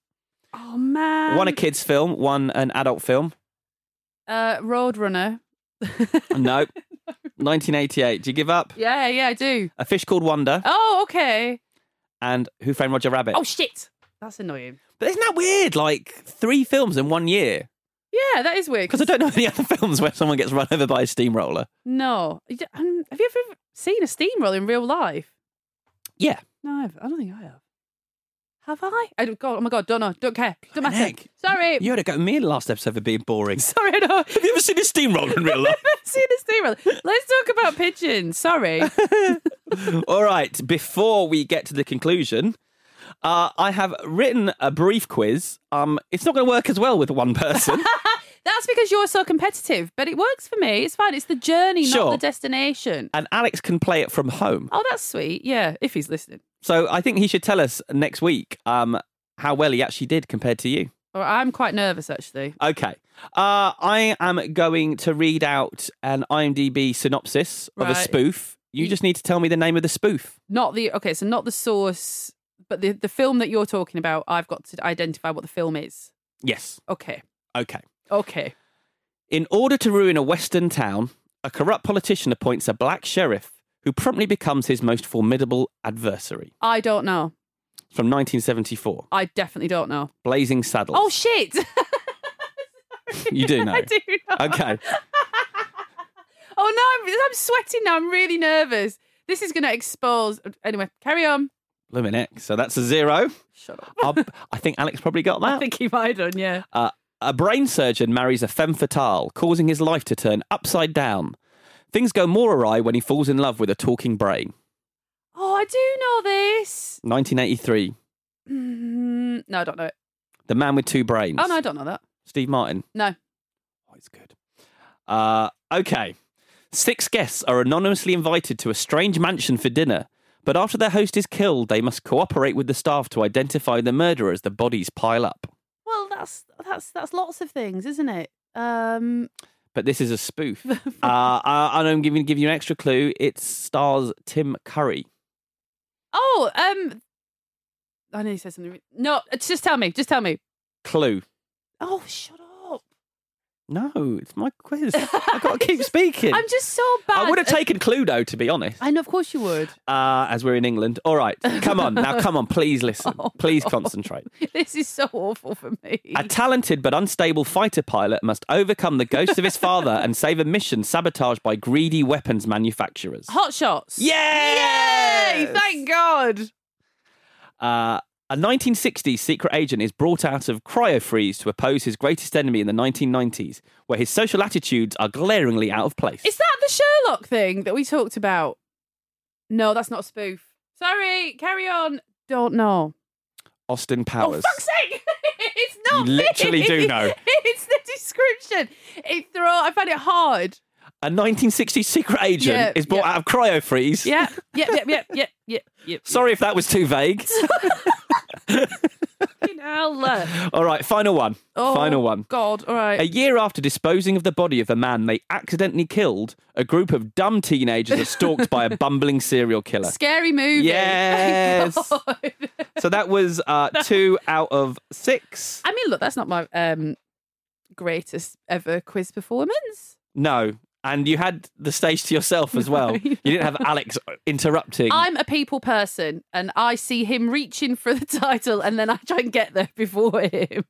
S8: Oh man.
S1: one a kids' film, one an adult
S8: [LAUGHS]
S1: film.
S8: Uh, Roadrunner.
S1: No. 1988. Do you give up?
S8: Yeah. Yeah. I do.
S1: A Fish Called Wonder
S8: Oh, okay.
S1: and Who Framed Roger Rabbit.
S8: Oh shit. That's annoying.
S1: But isn't that weird? Like three films in one year.
S8: Yeah, that is weird.
S1: Because I don't know any other [LAUGHS] films where someone gets run over by a steamroller.
S8: No. You d- um, Have you ever seen a steamroller in real life?
S1: Yeah.
S8: No, I've, I don't think I have. Have I? I don't, God, oh my God, don't know. Don't care. Don't
S1: Bloody
S8: matter.
S1: heck.
S8: Sorry.
S1: You had a go at me in the last episode for being boring.
S8: [LAUGHS] Sorry, no.
S1: [LAUGHS] Have you ever seen a steamroller in
S8: [LAUGHS]
S1: real life?
S8: seen a steamroller. Let's talk about
S1: [LAUGHS]
S8: pigeons. Sorry.
S1: All right, before we get to the conclusion, uh, I have written a brief quiz. Um, it's not going to work as well with one person.
S8: That's because you're so competitive, but it works for me. It's fine. It's the journey,
S1: Sure.
S8: not the destination.
S1: and Alex can play it from home.
S8: Oh, that's sweet. Yeah, if he's listening.
S1: So I think he should tell us next week um, how well he actually did compared to you.
S8: Or I'm quite nervous, actually.
S1: Okay. Uh, I am going to read out an IMDb synopsis of a
S8: Right.
S1: spoof. You just need to tell me the name of the spoof.
S8: Not the, okay, so not the source, but the, the film that you're talking about, I've got to identify what the film is.
S1: Yes.
S8: Okay.
S1: Okay.
S8: Okay.
S1: In order to ruin a Western town, a corrupt politician appoints a black sheriff who promptly becomes his most formidable adversary.
S8: I don't know.
S1: From 1974,
S8: I definitely don't know.
S1: Blazing Saddles.
S8: Oh shit! [LAUGHS]
S1: you do know.
S8: I do know.
S1: Okay.
S8: [LAUGHS] Oh no, I'm, I'm sweating now. I'm really nervous. This is going to expose. Anyway, carry on.
S1: Blooming heck. So that's a
S8: [LAUGHS]
S1: zero.
S8: Shut up.
S1: I, I think Alex probably got that.
S8: I think he might have done. Yeah.
S1: Uh, a brain surgeon marries a femme fatale, causing his life to turn upside down. Things go more awry when he falls in love with a talking brain.
S8: Oh, I do know this.
S1: 1983.
S8: Mm, no, I don't know it.
S1: The Man with Two Brains.
S8: Oh no, I don't know that.
S1: Steve Martin.
S8: No.
S1: Oh, Uh, okay. Six guests are anonymously invited to a strange mansion for dinner, but after their host is killed, they must cooperate with the staff to identify the murderer as the bodies pile up.
S8: Well, that's that's that's lots of things, isn't it? Um,
S1: But this is a
S8: [LAUGHS]
S1: spoof. uh, I- and I'm giving give you an extra clue. It stars Tim Curry.
S8: oh, um, I know you said something. No, it's just tell me. Just tell me.
S1: Clue.
S8: Oh, shut up!
S1: No, it's my
S8: [LAUGHS]
S1: quiz. I've got to keep speaking.
S8: I'm just so bad.
S1: I would have
S8: at-
S1: taken Cluedo, to be honest,
S8: I know, of course you would.
S1: uh, as we're in England. All right, come on. Now, come on. Please
S8: [LAUGHS]
S1: listen.
S8: Oh,
S1: Please concentrate.
S8: This is so awful for me.
S1: A talented but unstable fighter pilot must overcome the ghost of
S8: [LAUGHS]
S1: his father and save a mission sabotaged by greedy weapons manufacturers.
S8: Hot shots. Yay!
S1: Yes!
S8: Thank God.
S1: Uh, a 1960s secret agent is brought out of cryofreeze to oppose his greatest enemy in the 1990s, where his social attitudes are glaringly out of place.
S8: Is that the Sherlock thing that we talked about? No, that's not a spoof. Sorry, carry on. Don't know.
S1: Austin
S8: Oh,
S1: Powers.
S8: fuck's sake! [LAUGHS] it's not
S1: You literally
S8: me.
S1: do know.
S8: [LAUGHS] It's the description. It throw. I found it hard.
S1: a 1960s secret agent
S8: Yeah,
S1: is brought
S8: yeah.
S1: out of cryofreeze.
S8: Yeah. Yep. Yep. Yep. Yep. Yep. Yep.
S1: [LAUGHS] Sorry if that was too
S8: [LAUGHS]
S1: vague.
S8: Fucking hell. uh,
S1: All right, final one.
S8: Oh,
S1: final one.
S8: God. All right.
S1: A year after disposing of the body of the man they accidentally killed, a group of dumb
S8: [LAUGHS]
S1: teenagers are stalked by a bumbling serial killer.
S8: Scary movie.
S1: Yes.
S8: God. [LAUGHS]
S1: So that was uh, two out of six.
S8: I mean, look, that's not my um, greatest ever quiz performance.
S1: No. And you had the stage to yourself
S8: [LAUGHS]
S1: as well. You didn't have Alex interrupting.
S8: I'm a people person, and I see him reaching for the [LAUGHS] title, and then I try and get there before him.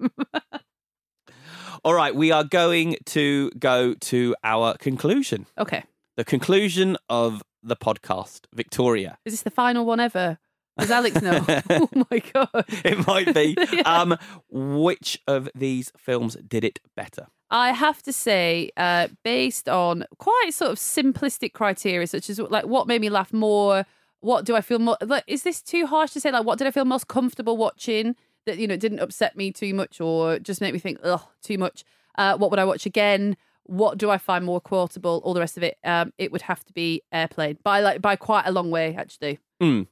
S8: [LAUGHS]
S1: All right, we are going to go to our conclusion.
S8: Okay.
S1: The conclusion of the podcast, Victoria. [LAUGHS]
S8: Is this the final one ever? Does Alex know? oh my God.
S1: It might be.
S8: [LAUGHS] Yeah.
S1: um, which of these films did it better?
S8: I have to say, uh, based on quite sort of simplistic criteria, such as like what made me laugh more, what do I feel more? Like, is this too harsh to say? Like, what did I feel most comfortable watching that you know didn't upset me too much or just make me think, oh, too much? Uh, what would I watch again? What do I find more quotable? All the rest of it. Um, it would have to be Airplane by like by quite a long way, actually.
S1: Mm.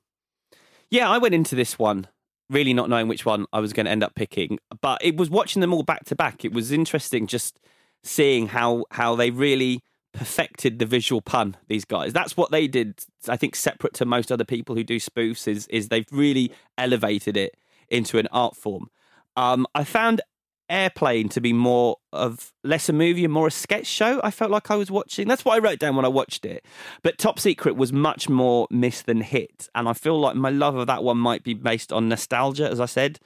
S1: Yeah, I went into this one really not knowing which one I was going to end up picking, but it was watching them all back to back. It was interesting just seeing how how they really perfected the visual pun. These guys, that's what they did. I think separate to most other people who do spoofs is is they've really elevated it into an art form. Um, I found Airplane to be more of less a movie and more a sketch show. I felt like I was watching. That's what I wrote down when I watched it. But Top Secret was much more miss than hit, and I feel like my love of that one might be based on nostalgia, as I said.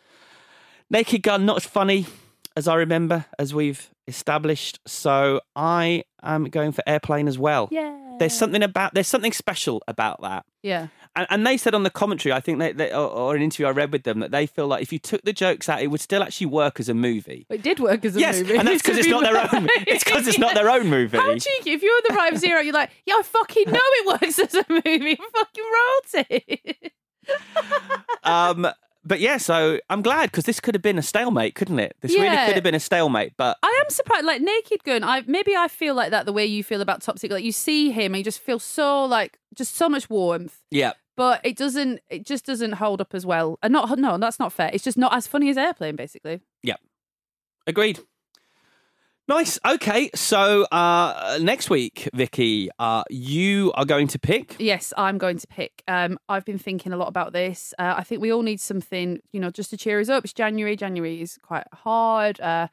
S1: Naked Gun not as funny as I remember, as we've established. So I am going for Airplane as well.
S8: Yeah.
S1: There's something about there's something special about that.
S8: Yeah.
S1: And, and they said on the commentary, I think they, they or, or an interview I read with them that they feel like if you took the jokes out, it would still actually work as a movie.
S8: It did work as a
S1: yes,
S8: movie.
S1: and
S8: [LAUGHS]
S1: that's because
S8: to
S1: it's
S8: be
S1: not their own.
S8: right.
S1: It's because it's not their own movie.
S8: How cheeky! If you were
S1: [LAUGHS]
S8: the Rhyme Zero, you're like, yeah, I fucking know it works as a movie. I fucking wrote it.
S1: Um, but yeah, so I'm glad because this could have been a stalemate, couldn't it? This really
S8: Yeah.
S1: could have been a stalemate. But
S8: [LAUGHS] I am surprised. Like Naked Gun, I maybe I feel like that the way you feel about Top Secret. Like you see him and you just feel so like just so much warmth,
S1: yeah,
S8: but it doesn't. It just doesn't hold up as well. And not no, that's not fair. It's just not as funny as Airplane, basically.
S1: yeah, agreed. Nice. Okay, so uh, next week, Vicky, uh, you are going to pick.
S8: Yes, I'm going to pick. Um, I've been thinking a lot about this. Uh, I think we all need something, you know, just to cheer us up. It's January. January is quite hard. Uh,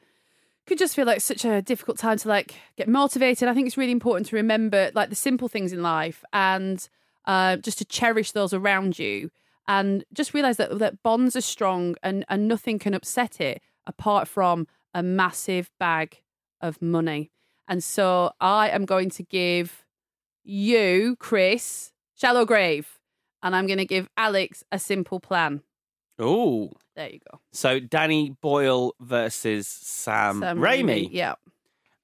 S8: could just feel like such a difficult time to like get motivated. I think it's really important to remember like the simple things in life and uh, just to cherish those around you and just realize that that bonds are strong and and nothing can upset it apart from a massive bag of money. And so I am going to give you, Chris, shallow grave, and I'm going to give Alex a simple plan.
S1: Oh,
S8: There you go.
S1: so Danny Boyle versus Sam,
S8: Sam
S1: Um, Raimi.
S8: Yeah.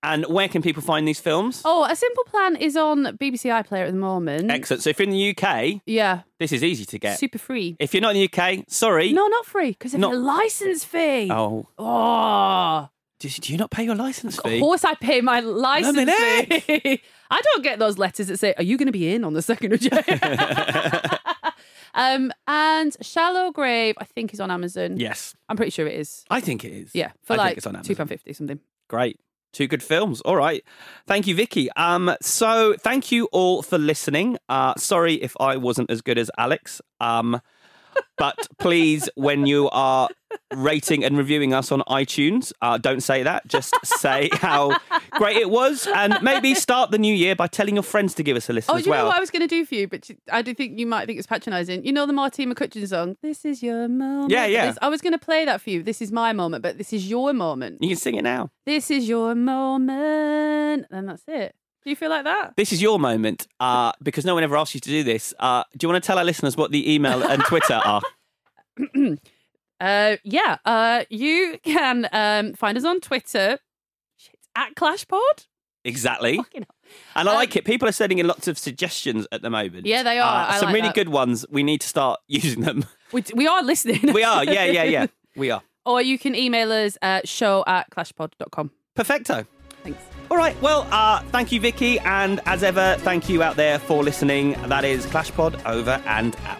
S1: And where can people find these films?
S8: Oh, a simple plan is on BBC iPlayer at the moment.
S1: Excellent. So if you're in the UK,
S8: yeah,
S1: this is easy to get.
S8: super free.
S1: If you're not in the UK, sorry.
S8: No, not free because it's
S1: Not-
S8: a license fee.
S1: Oh,
S8: Oh.
S1: do, do you not pay your license
S8: Of
S1: fee?
S8: course, I pay my license
S1: Blimey heck.
S8: fee. [LAUGHS] I don't get those letters that say, "Are you going to be in on the second of January?"
S1: [LAUGHS]
S8: [LAUGHS] um, and Shallow Grave, I think, is on Amazon.
S1: Yes,
S8: I'm pretty sure it is.
S1: I think it is.
S8: Yeah, for
S1: I think
S8: like
S1: it's on Amazon.
S8: two pound fifty something.
S1: Great. Two good films. All right. Thank you, Vicky. Um, so thank you all for listening. Uh, sorry if I wasn't as good as Alex. Um,
S8: [LAUGHS]
S1: but please, when you are rating and reviewing us on iTunes, uh, don't say that. Just
S8: [LAUGHS]
S1: say how great it was, and maybe start the new year by telling your friends to give us a listen
S8: Oh,
S1: as
S8: you
S1: well.
S8: know what I was going to do for you, but you- I do think you might think it's patronising. You know the Martina McCutcheon song, "This is your moment."
S1: Yeah, yeah.
S8: This- I was going to play that for you. This is my moment, but this is your moment.
S1: You can sing it now.
S8: This is your moment, and that's it. Do you feel like that?
S1: This is your moment uh, because no one ever asked you to do this. Uh, do you want to tell our listeners what the email and Twitter
S8: [LAUGHS]
S1: are?
S8: Uh, yeah. Uh, you can um, find us on Twitter shit, at ClashPod.
S1: Exactly.
S8: Fucking hell.
S1: And I like it. People are sending in lots of suggestions at the moment.
S8: Um,
S1: Uh,
S8: Yeah, they are. I
S1: some
S8: like
S1: really
S8: that.
S1: good ones. We need to start [LAUGHS] using them.
S8: We, we are listening.
S1: We are. Yeah, yeah,
S8: [LAUGHS]
S1: yeah. We are.
S8: or you can email us at show at clashpod.com.
S1: Perfecto.
S8: Thanks.
S1: All right. Well, uh, thank you, Vicky. And as ever, thank you out there for listening. That is ClashPod over and out.